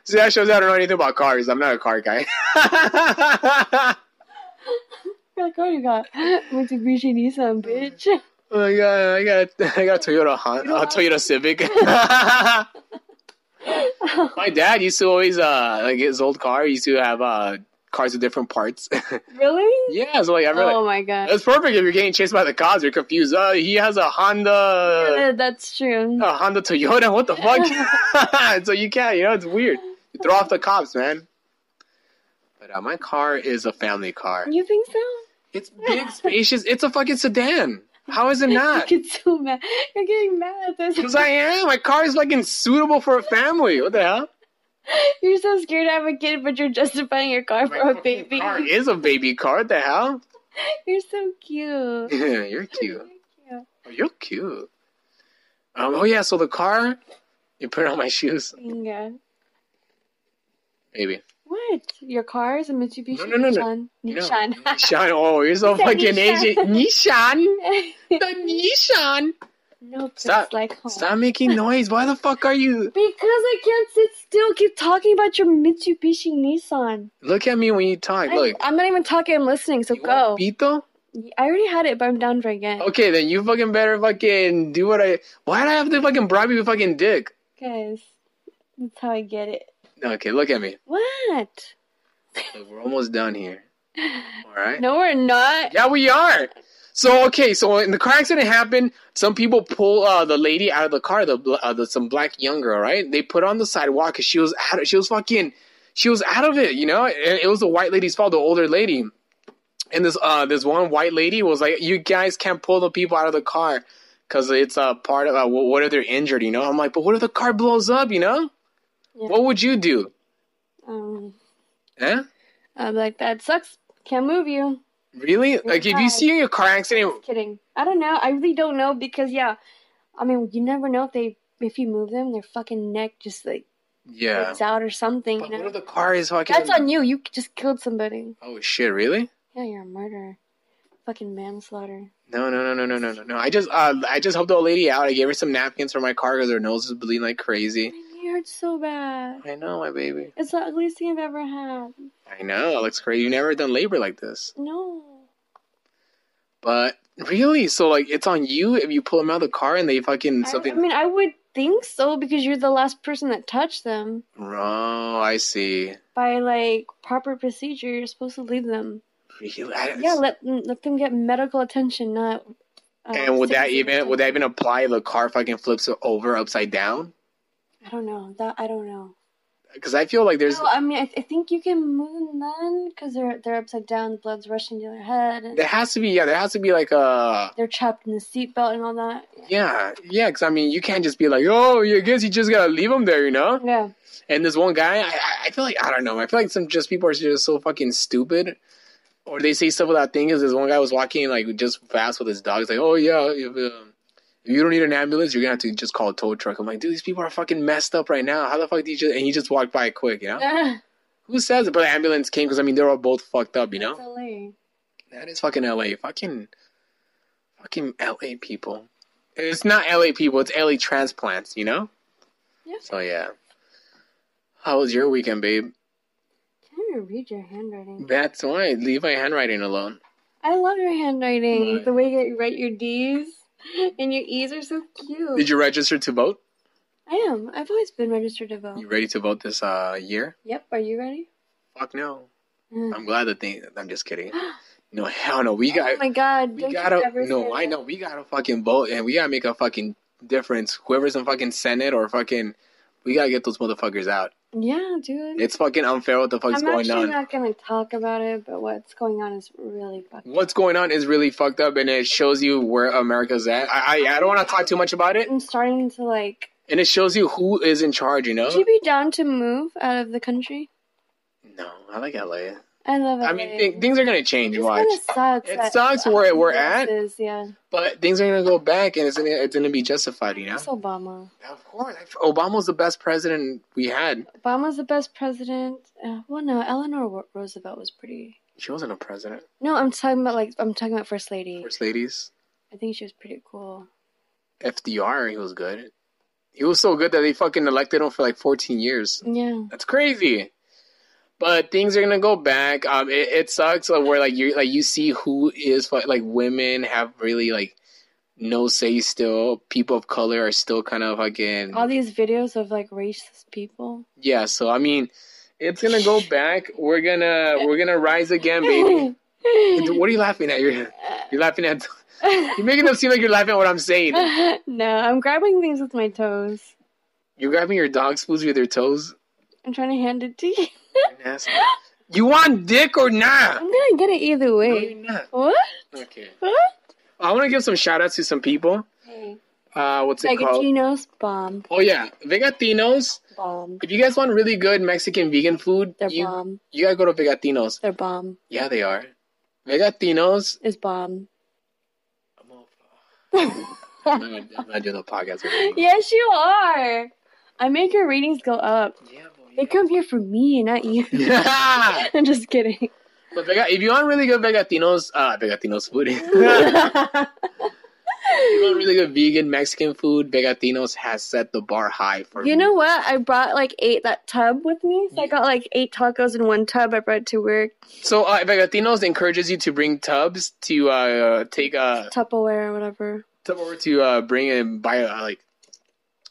See, that shows I don't know anything about cars. I'm not a car guy. [LAUGHS]
What car you got? [LAUGHS] Mitsubishi Nissan, bitch. [LAUGHS]
Oh my god, I got [LAUGHS] I got a Toyota Honda,
don't
a
have-
Toyota
[LAUGHS]
Civic. [LAUGHS] My dad used to always uh like his old car used to have uh cars with different parts. [LAUGHS]
really?
yeah, so like I really
Oh my god.
it's perfect if you're getting chased by the cops. You're confused. Uh, he has a Honda,
Yeah, That's true.
a Honda Toyota. What the
[LAUGHS]
fuck? [LAUGHS] so you can't. You know, it's weird. You throw off the cops, man. But uh, my car is a family car.
You think so?
It's big, spacious. It's a fucking sedan. How is it not?
[LAUGHS] You get so mad. You're getting mad at this.
Because I am. My car is fucking suitable for a family. What the hell?
[LAUGHS] You're so scared to have a kid, but you're justifying your car for
My
a
fucking
baby.
Car is a baby car. What the hell?
[LAUGHS]
[LAUGHS]
You're so cute.
You're
You're
cute.
cute.
Oh, You're cute. Um. Oh yeah. So the car. You put on my shoes,
Inga.
maybe.
What? Your car is a Mitsubishi
No, no, no, no.
Nissan. Nishan.
No. Nishan. Oh, you're
[LAUGHS]
so
He said
fucking
Nishan.
Asian. Nishan.
[LAUGHS]
The Nishan.
no, place
Stop.
like home.
Stop making noise. Why the fuck are you?
Because I can't sit still. Keep talking about your Mitsubishi Nissan.
Look at me when you talk.
I'm,
Look.
I'm not even talking. I'm listening. So
You
go.
want Pito?
I already had it, but I'm down for again.
Okay, then you fucking better fucking do what I. Why would I have to fucking bribe you with fucking dick?
Guys, that's how I get it.
Okay, look at me.
What?
Look, we're almost done
[LAUGHS]
here. All right.
No, we're not.
Yeah, we are. So okay, so when the car accident happened, some people pull uh, the lady out of the car, the, bl- uh, the some black young girl, right? They put her on the sidewalk because she was out. Of, she was fucking. She was out of it, you know. And it was the white lady's fault, the older lady. and this uh this one white lady was like, "You guys can't pull the people out of the car because it's a uh, part of uh, wh- what if they're injured?" You know, I'm like, "But what if the car blows up?" You know,
Yeah.
what would you do?
Um,
Huh?
I'm like, that sucks. Can't move you.
Really? Like if
Yeah.
you see a car accident,
Just kidding. I don't know. I really don't know because yeah, I mean, you never know if they if you move them, their fucking neck just like
yeah.
breaks out or something.
But
you
what
know?
if the car is fucking?
That's on you. You just killed somebody.
oh shit! Really?
Yeah, you're a murderer. Fucking manslaughter.
No, no, no, no, no, no, no, no. I just uh I just helped the old lady out. I gave her some napkins for my car because her nose is bleeding like crazy.
It hurts so bad.
I know, my baby.
It's the ugliest thing I've ever had.
I know. It looks crazy. You've never done labor like this.
No.
But really, so like it's on you if you pull them out of the car and they fucking
I, I
something.
mean, I would think so because you're the last person that touched them.
oh, I see.
By like proper procedure, you're supposed to leave them.
Really? I-
Yeah, let mm, let them get medical attention, not. uh,
and would that
citizen
even would that
attention.
even apply if the car fucking flips over upside down?
I don't know. That I don't know.
Because I feel like there's
No, I mean, I, I think you can move them then because they're they're upside down, the blood's rushing to their head, and
there has to be yeah there has to be like a
they're trapped in the seatbelt and all that.
yeah yeah because I mean you can't just be like oh I guess you just gotta leave them there you know
Yeah.
And this one guy, I, I- I feel like I don't know. I feel like some just people are just so fucking stupid, or they say stuff without thinking. 'Cause This one guy was walking like just fast with his dog. He's like, "Oh yeah, if, um, if you don't need an ambulance, you're gonna have to just call a tow truck." I'm like, dude, these people are fucking messed up right now. How the fuck did you? Just... And he just walked by quick, you know? Who says it? But the ambulance came because I mean they're all both fucked up, you know?
Silly.
That is fucking L.A. Fucking, fucking L.A. people. It's not L.A. people. It's L.A. transplants, you know?
Yeah.
So yeah. How was your weekend, babe?
Can you read your handwriting?
That's why. Leave my handwriting alone.
I love your handwriting.
Right.
The way you write your D's and your E's are so cute.
Did you register to vote?
I am. I've always been registered to vote.
You ready to vote this uh, year?
Yep. Are you ready?
Fuck no.
Mm.
I'm glad that they. I'm just
[GASPS]
kidding. No, hell no. We got.
oh my God!
we
don't you
gotta.
ever say
No, I
that.
know. We gotta fucking vote, and we gotta make a fucking difference. Whoever's in fucking Senate or fucking. We gotta get those motherfuckers out.
Yeah, dude.
It's fucking unfair what the fuck's
I'm
going
actually
on.
not gonna talk about it, but what's going on is really fucking.
What's going on is really fucked up, and it shows you where America's at. I I, I don't want to talk too much about it,
I'm starting to like.
and it shows you who is in charge. You know?
Would you be down to move out of the country?
No, I like LA.
I love it.
I mean, th- things are gonna change.
It
Watch.
sucks.
It
that-
sucks where we're at.
This is, yeah.
But things are gonna go back, and it's gonna it's gonna be justified, you know.
It's Obama.
Of course, Obama's the best president we had.
Obama's the best president. Uh, well, no, Eleanor Wo- Roosevelt was pretty.
She wasn't a president.
No, I'm talking about like I'm talking about First Lady.
First ladies,
I think she was pretty cool.
FDR, he was good. He was so good that they fucking elected him for like 14 years.
Yeah.
That's crazy. But things are gonna go back. Um, it, it sucks uh, where like you like you see who is fu- like women have really like no say still. People of color are still kind of fucking
All these videos of like racist people.
yeah so i mean it's gonna go back we're gonna we're gonna rise again
[LAUGHS]
baby what are you laughing at you're, you're laughing at you're making them seem like you're laughing at what i'm saying
no, I'm grabbing things with my toes.
you're grabbing your dog's foods with your toes
I'm trying to hand it to you.
You're nasty. you want dick or not
I'm gonna get it either
No,
way.
you're not.
What?
okay
What?
i want to give some shout outs to some people
Hey.
uh what's it called
Negatinos bomb.
oh yeah vegatinos
Bomb.
if you guys want really good mexican vegan food
They're
you,
bomb.
you gotta go to vegatinos
They're bomb.
yeah they are
[LAUGHS]
vegatinos
Is bomb.
i'm, off. I'm, not, I'm not doing a podcast with you.
[LAUGHS] yes, you are. I make your ratings go up.
Yeah, boy,
They come here for me, not you.
yeah.
[LAUGHS] I'm just kidding.
[LAUGHS] but vega, if you want really good vegatinos, uh, vegatinos food. [LAUGHS] if you
you
want really good vegan Mexican food, vegatinos has set the bar high for me.
know what? I brought like eight that tub with me, so I got like eight tacos in one tub. I brought to work.
So uh, vegatinos encourages you to bring tubs to uh, take uh,
Tupperware or whatever.
tub over to uh, bring and buy uh, like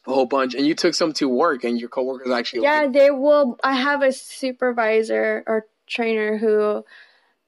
a whole bunch, and you took some to work, and your coworkers actually
Yeah,
like,
they will. I have a supervisor or trainer who,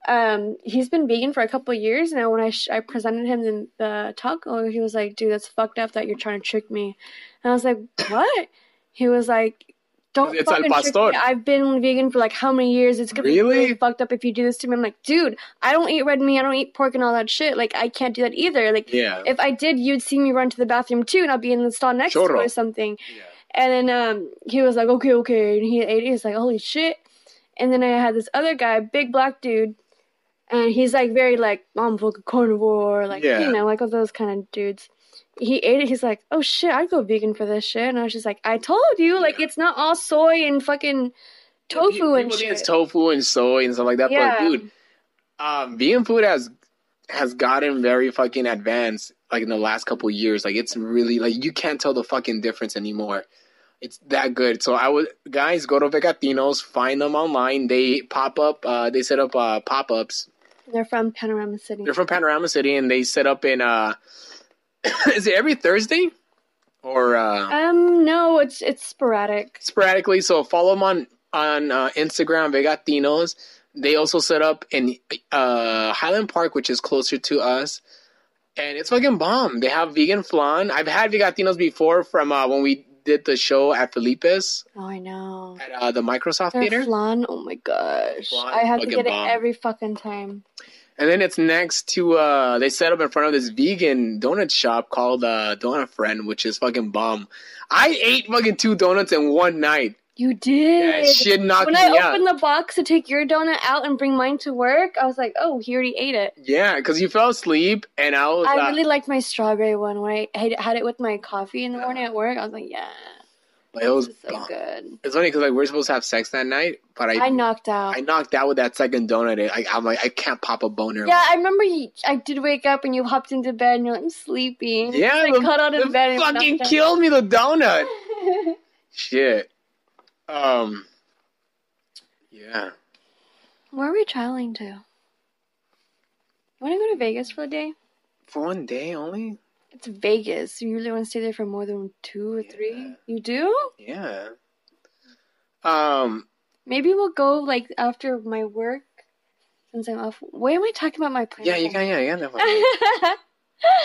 um, he's been vegan for a couple of years now. When I sh- I presented him the, the taco, he was like, "Dude, that's fucked up that you're trying to trick me," and I was like, "What?" he was like, Don't
It's al
fucking trick
pastor.
me. I've been vegan for like how many years? It's gonna
Really?
be really fucked up if you do this to me. I'm like, dude, I don't eat red meat. I don't eat pork and all that shit. Like, I can't do that either. Like,
Yeah.
if I did, you'd see me run to the bathroom too, and I'll be in the stall next to
Chorro.
you or something.
Yeah.
And then um, he was like, okay, okay, and he ate it. He's like, holy shit. And then I had this other guy, big black dude, and he's like very like I'm fucking carnivore, like
Yeah.
you know, like all those kind of dudes. He ate it. He's like, oh shit, I'd go vegan for this shit. And I was just like, I told you, like it's not all soy and fucking tofu
People
and
think
shit.
it's tofu and soy and stuff like that.
Yeah.
But dude, um, vegan food has has gotten very fucking advanced like in the last couple years. Like it's really like you can't tell the fucking difference anymore. It's that good. So I would guys go to Vegatinos, find them online. They pop up. Uh, they set up uh, pop ups.
They're from Panorama City.
They're from Panorama City and they set up in. Uh, [COUGHS] is it every Thursday? Or uh,
um, no, it's it's sporadic.
sporadically. So follow them on on uh, Instagram, Vegatinos. They also set up in uh, Highland Park, which is closer to us, and it's fucking bomb. They have vegan flan. I've had Vegatinos before from uh, when we did the show at Felipe's
Oh, I know.
at uh, the Microsoft
Their
Theater,
flan, oh my gosh,
Flan
I
is
have to
fucking
get
bomb.
it every fucking time.
and then it's next to uh, they set up in front of this vegan donut shop called uh, Donut Friend, which is fucking bomb. I ate fucking two donuts in one night.
You did.
That shit knocked
when
me
I
out.
opened the box to take your donut out and bring mine to work, I was like, "Oh, he already ate it."
yeah, because you fell asleep, and I was.
I
uh,
really liked my strawberry one when I had had it with my coffee in the morning at work. I was like, "Yeah,
But it was
this is so
bomb.
good."
It's funny because like we're supposed to have sex that night, but I
I
I,
knocked out.
knocked out with that second donut. And I, I'm like I can't pop a boner.
yeah, I remember you, I did wake up and you hopped into bed and you're like, "I'm sleepy."
yeah.
I
the,
cut out
the
in bed. and
fucking
knocked out.
killed me the donut. Shit. Um. Yeah.
[LAUGHS] Where are we traveling to? You want to go to Vegas for the day?
For one day only.
It's Vegas. You really want to stay there for more than two or
Yeah.
three? You do?
Yeah. Um.
Maybe we'll go like after my work since I'm off. Why am I talking about my plans?
Yeah, you can. Yeah, yeah. Never mind.
can.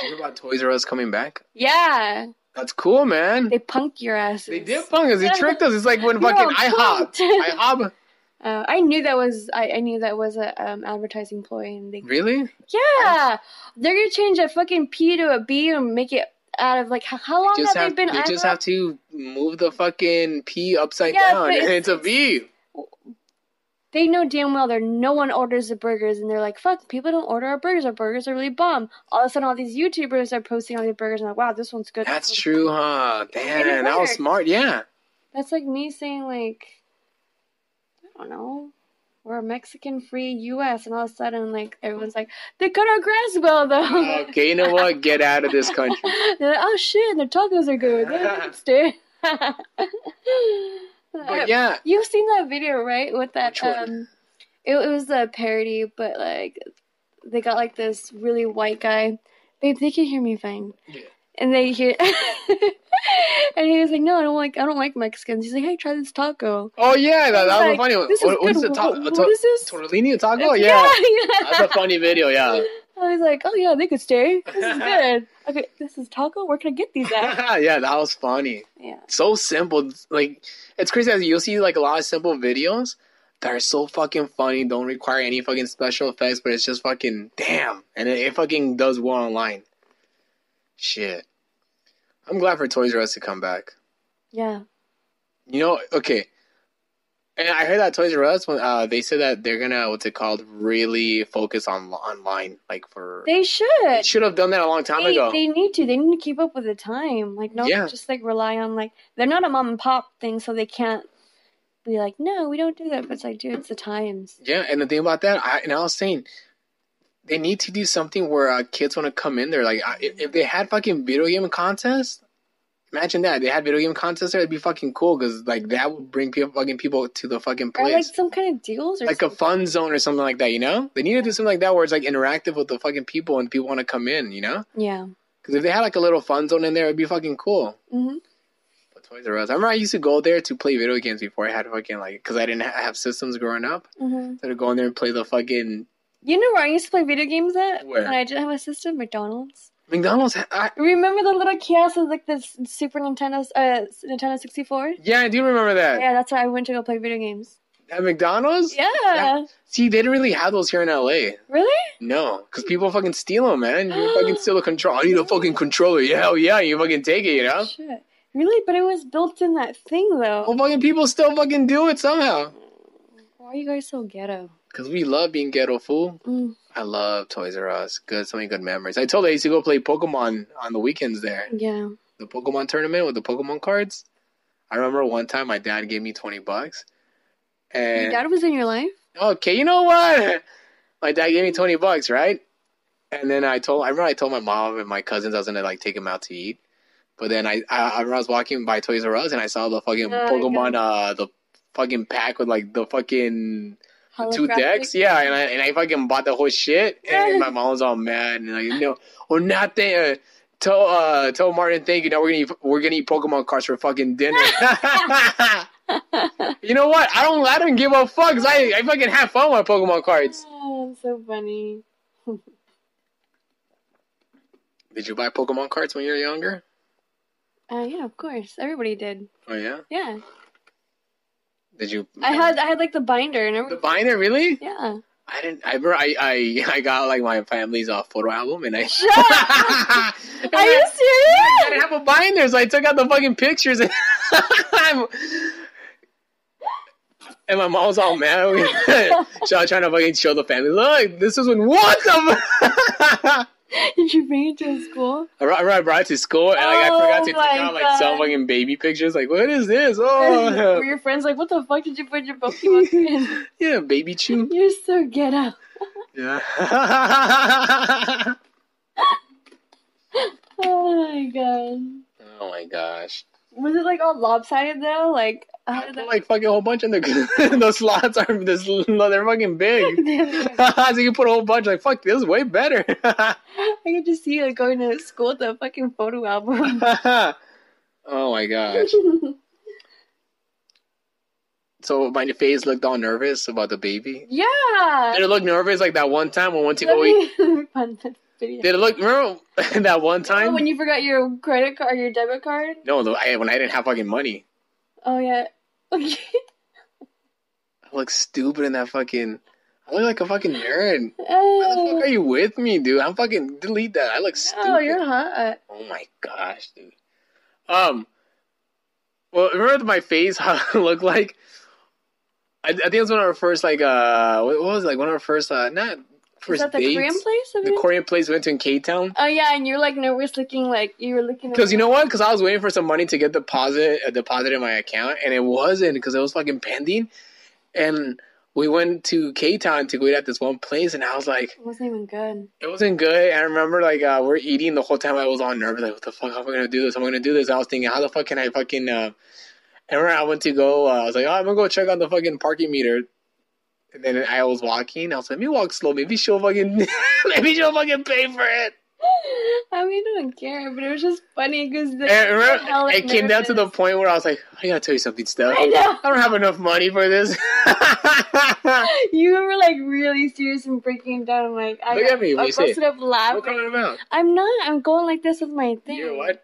you hear about Toys R Us coming back?
[LAUGHS] yeah,
That's cool, man.
they punked your asses.
They did punk us. They tricked us. It's like
[LAUGHS]
when
You're
fucking
all
IHOP.
punked. [LAUGHS]
IHOP.
Uh, I knew that was I, I knew that was a um, advertising ploy, and they
Really?
yeah, they're gonna change that fucking P to a B and make it out of like how, how long
They
have,
just have,
they been?
they just
IHOP?
have to move the fucking P upside
Yeah,
down,
but
and [LAUGHS] it's
it's-
a V.
they know damn well there no one orders the burgers and they're like fuck people don't order our burgers our burgers are really bomb all of a sudden all these youtubers are posting all their burgers and like wow this one's good
That's
This one's
true, huh?
And
Damn,
it
that was
works.
smart.
[LAUGHS]
Yeah,
That's like me saying like I don't know. We're a Mexican free US and all of a sudden like everyone's like, They cut our grass well though.
okay. You know what? Get out of this Oh,
[LAUGHS]
country.
they're like, Oh shit, their tacos are good.
[LAUGHS]
They're [LAUGHS] hipster.
But yeah,
You've seen that video, right? With that
Which one?
um it, it was a parody, but like they got like this really white guy. Babe, they can hear me fine.
Yeah.
And they hear [LAUGHS] and he was like, No, I don't like I don't like Mexicans. He's like, Hey, try this taco.
oh yeah, that, that was a
Like,
funny. One.
This is
What, what
good.
is it? Ta-
What-
a
what
to-
is this?
tortellini taco?
It's-
Yeah,
[LAUGHS] yeah.
that's a funny video. Yeah, [LAUGHS]
I was like, oh yeah, they could stay. This is good. Okay, this is taco. Where can I get these
[LAUGHS]
at?
yeah, that was funny.
Yeah.
So simple. Like it's crazy. As you'll see, like a lot of simple videos that are so fucking funny. Don't require any fucking special effects, but it's just fucking damn, and it, it fucking does well online. Shit, I'm glad for Toys R Us to come back.
Yeah.
You know, okay. And I heard that Toys R Us when uh, they said that they're gonna what's it called really focus on online like for
They should.
they should have done that a long time
They,
ago.
they need to. They need to keep up with the time. Like no,
Yeah.
just like rely on like they're not a mom and pop thing, so they can't be like, no, we don't do that. But it's like, dude, it's the times.
Yeah, and the thing about that, I, and I was saying, they need to do something where uh, kids want to come in there. Like, I, if if they had fucking video game contests, imagine that they had video game contests there. It'd be fucking cool because like that would bring people, fucking people to the fucking
Or like
place,
some kind of deals or
like, a
something.
fun zone or something like that. You know, they need to do something like that where it's like interactive with the fucking people and people want to come in. You know,
yeah.
because if they had like a little fun zone in there, it'd be fucking cool.
hmm
But Toys R Us, I remember I used to go there to play video games before I had fucking like because I didn't ha- have systems growing up.
hmm
So to go in there and play the fucking
You know where I used to play video games at
Where?
when I didn't have a system? McDonald's.
McDonald's. ha- I,
Remember the little kiosks with, like the S- Super Nintendo, uh, Nintendo 64?
yeah, I do remember that.
Yeah, that's where I went to go play video games.
At McDonald's.
Yeah.
Yeah. See, they didn't really have those here in L.A.
Really?
No, because people fucking steal them, man. You fucking steal a control. I need a fucking controller. Yeah, hell yeah, you fucking take it, you know. Oh
Shit. Really? But it was built in that thing,
Well,
though.
fucking people still fucking do it somehow.
Why are you guys so ghetto?
Cause we love being ghetto fool.
Mm,
I love Toys R Us. Good, so many good memories. I told you I used to go play Pokemon on the weekends there.
yeah.
The Pokemon tournament with the Pokemon cards. I remember one time my dad gave me twenty bucks,
Your
and
dad was in your life?
okay, you know what? [LAUGHS] My dad gave me twenty bucks, right? And then I told I remember I told my mom and my cousins I was gonna like take them out to eat. But then I I, I remember I was walking by Toys R Us and I saw the fucking
Oh, my
Pokemon uh the fucking pack with like the fucking the two [LAUGHS]
Holographic? [LAUGHS]
decks, yeah, and I and I fucking bought the whole shit, and my mom was all mad, and like, no, well, not that. Uh, tell uh, tell Martin, thank you. Now we're gonna eat, we're gonna eat Pokemon cards for fucking
[LAUGHS]
dinner. [LAUGHS] you know what? I don't I don't give a fuck. 'cause I I fucking have fun with Pokemon cards.
[LAUGHS] Oh, that's so funny.
Did you buy Pokemon cards when you were younger?
Uh, yeah, of course. Everybody did.
Oh yeah.
Yeah.
Did you?
I had I had like the binder and
the
everything.
binder. Really? [LAUGHS]
yeah.
I didn't. I remember I I [LAUGHS] I got like my family's uh, photo album,
[LAUGHS]
and I.
Shut up!
[LAUGHS]
Are you
I
serious?
didn't have a binder, so I took out the fucking pictures and [LAUGHS] And my mom was all mad. We, [LAUGHS] she was trying to fucking show the family. Look, this is when what the. [LAUGHS] f-"
Did you bring it to school?
I brought- I brought it to school and like, I
Oh
forgot to take
my
out like some
God.
fucking baby pictures. Like, what is this?
Were [LAUGHS]
Oh,
your friends like, what the fuck did you put your Pokemon
[LAUGHS]
in?
yeah, baby chew.
You're so ghetto.
Yeah.
Oh my god.
oh my gosh.
Was it like all lopsided though? Like, how
I
did
put [LAUGHS] like fucking a whole bunch in the those slots are this they're fucking big.
[LAUGHS]
[LAUGHS]
that?
so you put a whole bunch like fuck this is way better
[LAUGHS]
[LAUGHS]
I could just see you like, going to school with a fucking photo album.
oh my [LAUGHS] gosh so my face looked all nervous about the baby
[LAUGHS] yeah.
did it look nervous like that one time when once you
Let
go eat
me, let me [LAUGHS] find that video.
did it look remember [LAUGHS] that one
Oh,
time
when you forgot your credit card, your debit card.
no the- I, when i didn't have fucking money
Oh yeah. [LAUGHS] Okay.
i look stupid in that fucking i look like a fucking nerd Why the fuck
Oh,
are you with me dude i'm fucking delete that i look stupid
no, you're hot.
Oh my gosh, dude. Um, well, remember what my face [LAUGHS] how it looked like? I, I think it was one of our first like uh, what what was it, like one of our first uh, not
Is
first
that the
dates.
Korean place?
The Korean place we went to in K Town.
Oh yeah, and you're like nervous looking like you were looking.
Because you know what? Because I was waiting for some money to get deposit a deposit in my account, and it wasn't because it was fucking pending. And we went to K Town to go eat at this one place, and I was like,
It wasn't even good. [GASPS]
It wasn't good. I remember like uh, we're eating the whole time. I was all nervous, like, "What the fuck? How am I gonna do this? How am I gonna do this?" I was thinking, "How the fuck can I fucking?" Uh... I remember I went to go. Uh, I was like, "Oh, I'm gonna go check on the fucking parking meter." And then I was walking. I was like, "Let me walk slow. Maybe she'll fucking, [LAUGHS] maybe she'll fucking pay for it."
I mean, I don't care, but it was just funny because
And I remember, Eh, it came down to the point where I was like, "I gotta tell you something, Steph.
I know.
I don't have enough money for this." [LAUGHS] what
You were like really serious and breaking down. I'm like, I
Look at me, what
I
you say?
busted up laughing.
coming about?
I'm not. I'm going like this with my thing.
You're what?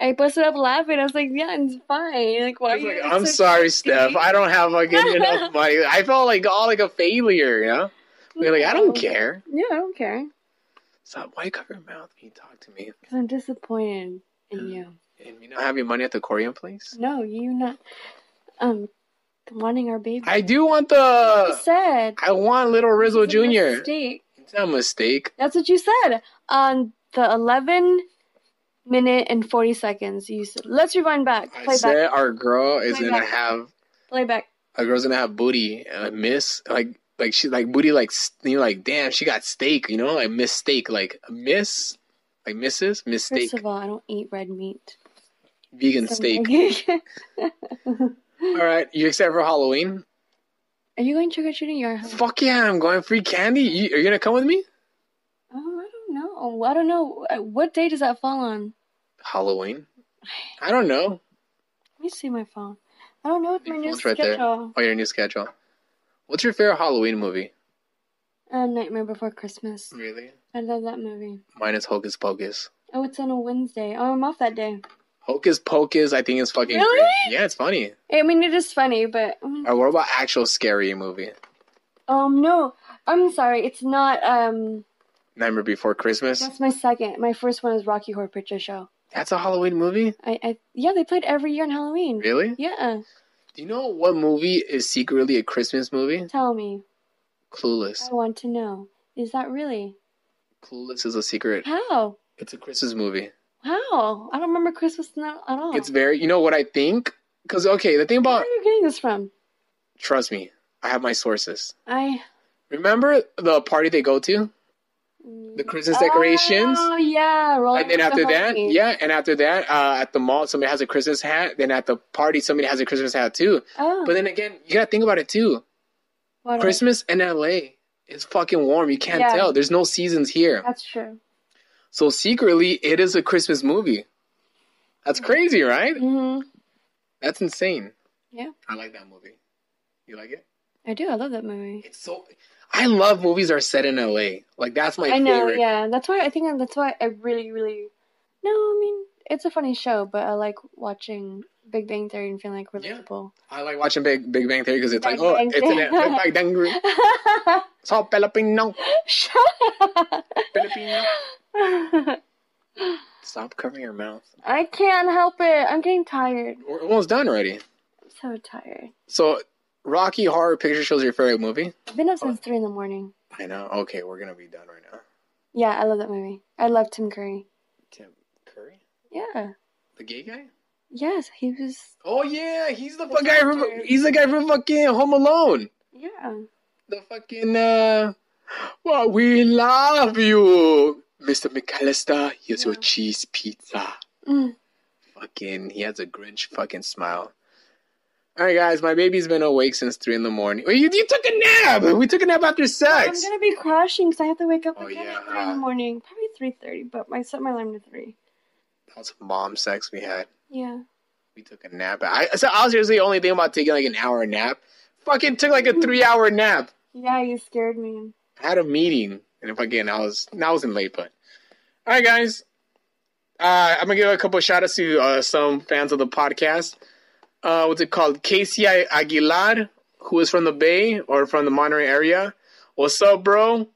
I busted up laughing. I was like, yeah, it's fine. Like, why?
I
Are
was
you
like,
like,
I'm
so-
sorry, Steph. I don't have
[LAUGHS]
like enough money. I felt like all like a failure, you know? Like, like, I don't care.
Yeah, I don't care
Stop. Why you cover your mouth when you talk to me?
because I'm disappointed in you.
And you not having money at the Korean place?
No, you not. Um, wanting our baby.
I uh, do want
You
the.
said.
I want Little Rizzo
It's a
Jr.
mistake.
It's not a mistake.
That's what you said on the 11 minute and 40 seconds. You said, let's rewind back.
I
Play back.
said our girl is
Play
gonna
back.
have
Play back.
a girl's gonna have booty uh, miss like like she like booty like s- you know, like damn she got steak you know like mistake like miss like misses mistake
First of all, I don't eat red meat.
vegan
So-
steak. All right, you except for Halloween.
[LAUGHS] Are you going trick or treating your house?
Fuck yeah, I'm going free candy. You, are you gonna come with me?
Oh, I don't know. I don't know. Uh, What day does that fall on?
Halloween. I don't know.
Let me see my phone. I don't know if my
Your
new
phone's right there.
schedule.
Oh, your new schedule. What's your favorite Halloween movie?
Uh, Nightmare Before Christmas.
Really?
I love that movie.
Mine is Hocus Pocus.
Oh, it's on a Wednesday. Oh, I'm off that day.
Hocus Pocus, I think is fucking
Really?
great. Yeah, it's funny.
I mean, it is funny, but
All right, what about actual scary movie?
um, no, I'm sorry, it's not. Um,
Nightmare Before Christmas.
that's my second. My first one is Rocky Horror Picture Show.
That's a Halloween movie?
I, I yeah, they played every year on Halloween.
Really?
Yeah,
Do you know what movie is secretly a Christmas movie?
tell me.
Clueless.
I want to know. Is that really?
Clueless is a secret.
How?
It's a Christmas movie.
How? I don't remember Christmas not at all.
It's very, you know what I think? Because, okay, the thing
Where
about,
are you getting this from?
trust me, I have my sources.
I
Remember the party they go to? The Christmas decorations?
Mm. Oh yeah, rolling.
and then
with
after
the
that,
homies.
yeah, and after that, uh, at the mall, somebody has a Christmas hat. Then at the party, somebody has a Christmas hat too.
Oh,
But then again, you gotta think about it too.
what else?
Christmas in LA is fucking warm. You can't
Yeah.
tell. There's no seasons here.
That's true.
So secretly, it is a Christmas movie. That's crazy, right?
hmm
That's insane.
Yeah.
I like that movie. You like it?
I do. I love that movie.
It's so. I love movies that are set in LA. Like that's my
I know.
favorite.
Yeah, that's why I think that's why I really, really. No, I mean it's a funny show, but I like watching Big Bang Theory and feeling like
Yeah.
relatable. [LAUGHS]
I like watching Big Big Bang Theory because it's
Big
like, oh,
Bang
it's in
Theory.
it. Big Bang Theory. It's all Filipino.
Shut up.
Filipino. Stop covering your mouth.
I can't help it. I'm getting tired.
We're almost done already.
I'm so tired.
So, Rocky Horror Picture Show is your favorite movie?
I've been up since three in the morning.
I know. Okay, we're gonna be done right now.
Yeah, I love that movie. I love Tim Curry.
Tim Curry,
Yeah.
the gay guy.
Yes, he was.
Oh yeah, he's the
The
fuck guy from.
doctor.
He's the guy from fucking Home Alone.
Yeah.
The fucking uh, well, we love you, Mr. McAllister. Here's your
Yeah.
cheese pizza.
Mm.
Fucking, he has a Grinch fucking smile. All right, guys, my baby's been awake since three in the morning. Wait, you, you took a nap. We took a nap after
I'm
sex.
gonna be crashing because I have to wake up
Oh,
again at
yeah.
three in the morning. Probably three thirty, but I set my alarm to three.
That's mom sex we had.
Yeah.
We took a nap. I so I was seriously only thinking about taking like an hour nap. Fucking took like a
Mm.
three hour nap.
Yeah, you scared me.
I had a meeting, and if again I was I wasn't late, but all right, guys. Uh, I'm gonna give a couple shout outs to uh, some fans of the podcast. Uh, what's it called? Casey Aguilar, who is from the Bay or from the Monterey area. What's up, bro?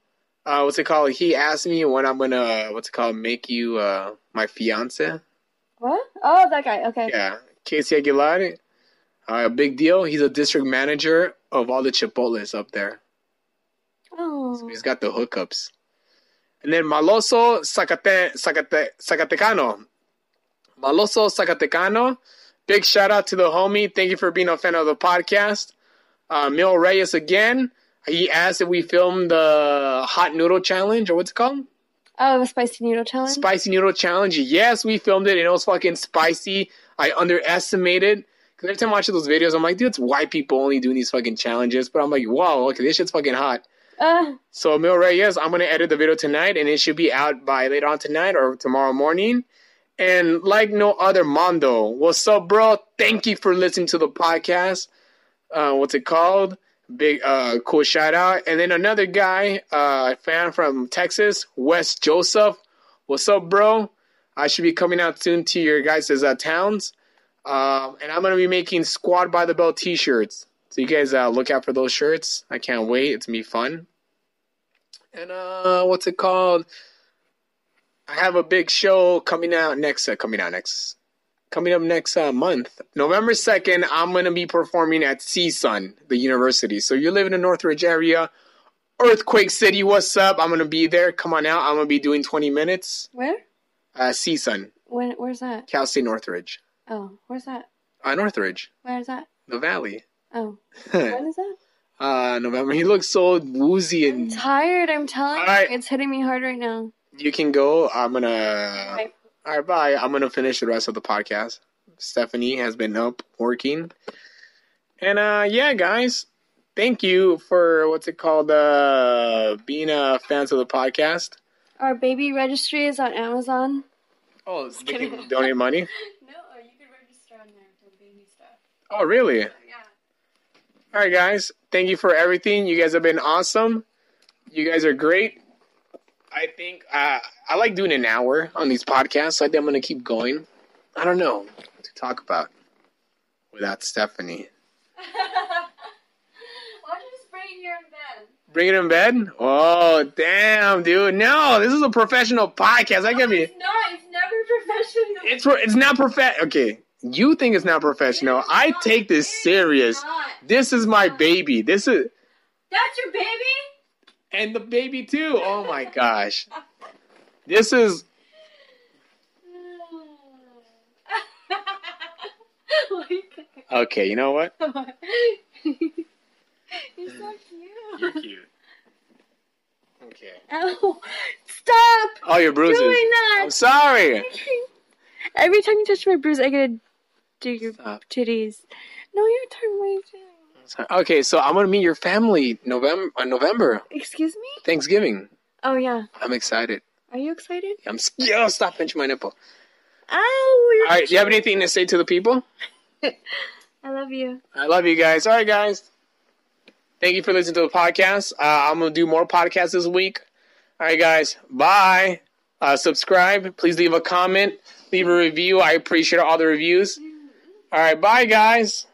Uh, what's it called? He asked me when I'm gonna what's it called? Make you uh, my fiance.
What? Oh, that guy. Okay.
Yeah, Casey Aguilar, uh, big deal. He's a district manager of all the Chipotles up there.
Oh.
So he's got the hookups. And then Maloso Zacate, Zacate, Zacatecano. Maloso Zacatecano, big shout out to the homie. Thank you for being a fan of the podcast. Uh, Mil Reyes again. He asked if we filmed the hot noodle challenge or what's it called?
Oh, the spicy noodle challenge.
Spicy Noodle Challenge. Yes, we filmed it and it was fucking spicy. I underestimated. Because every time I watch those videos, I'm like, dude, it's white people only doing these fucking challenges. But I'm like, wow, okay, this shit's fucking hot.
uh,
So, Mil Reyes, I'm going to edit the video tonight and it should be out by later on tonight or tomorrow morning. And like no other Mondo, what's up, bro? Thank you for listening to the podcast. Uh, what's it called? Big uh, cool shout out. And then another guy, uh, fan from Texas, Wes Joseph. What's up, bro? I should be coming out soon to your guys' uh, towns. Um, and I'm going to be making Squad by the Bell t shirts. So you guys uh, look out for those shirts. I can't wait. It's going to be fun. And uh, what's it called? I have a big show coming out next. Uh, coming out next. Coming up next uh, month, November second, I'm gonna be performing at CSUN, the university. So you live in the Northridge area, Earthquake City. What's up? I'm gonna be there. Come on out. I'm gonna be doing 20 minutes.
where?
Uh, CSUN,
When? Where's that?
Cal State Northridge.
Oh, where's that?
Uh, Northridge,
Where's that?
the Valley. [LAUGHS]
Oh,
uh,
when is that?
November. He looks so woozy,
I'm
and
tired. I'm telling
All right.
you, it's hitting me hard right now.
you can go. I'm gonna.
Like,
All right, bye. I'm gonna finish the rest of the podcast. Stephanie has been up working, and uh, yeah, guys, thank you for what's it called, uh, being uh, fans of the podcast.
Our baby registry is on Amazon.
Oh, they
kidding.
can [LAUGHS] donate money.
[LAUGHS] No, or you could register on there for baby stuff.
Oh, really? All
Yeah. [LAUGHS]
right, guys, thank you for everything. You guys have been awesome. You guys are great. I think uh, I like doing an hour on these podcasts. So I think I'm going to keep going. I don't know what to talk about without Stephanie.
Why don't you just bring it here in bed?
Bring it in bed? Oh, damn, dude. No, this is a professional podcast. I
No,
can be.
it's not. It's never professional.
It's pro- it's not professional. Okay, you think it's not professional.
It's
I
not.
take this
It's
serious.
not.
This is my baby. This is
That's your baby?
and the baby too. Oh my gosh. This is
Like-
okay. You know what?
[LAUGHS] You're so cute.
cute. Okay.
[LAUGHS] Ow. Stop
Oh, your bruises.
doing that.
I'm sorry.
[LAUGHS] Every time you touch my bruise, I get to do your
Stop.
titties. No, you turn my titties.
Sorry. Okay, so I'm gonna meet your family November. Uh, November
Excuse me?
Thanksgiving.
Oh, yeah.
I'm excited.
Are you excited?
I'm. [LAUGHS] s- Yo, stop pinching my nipple.
Ow. You're
All right. Do you have anything to say to the people?
I love you.
I love you guys. All right, guys. Thank you for listening to the podcast. Uh, I'm going to do more podcasts this week. All right, guys. Bye. Uh, subscribe. Please leave a comment. Leave a review. I appreciate all the reviews. All right. Bye, guys.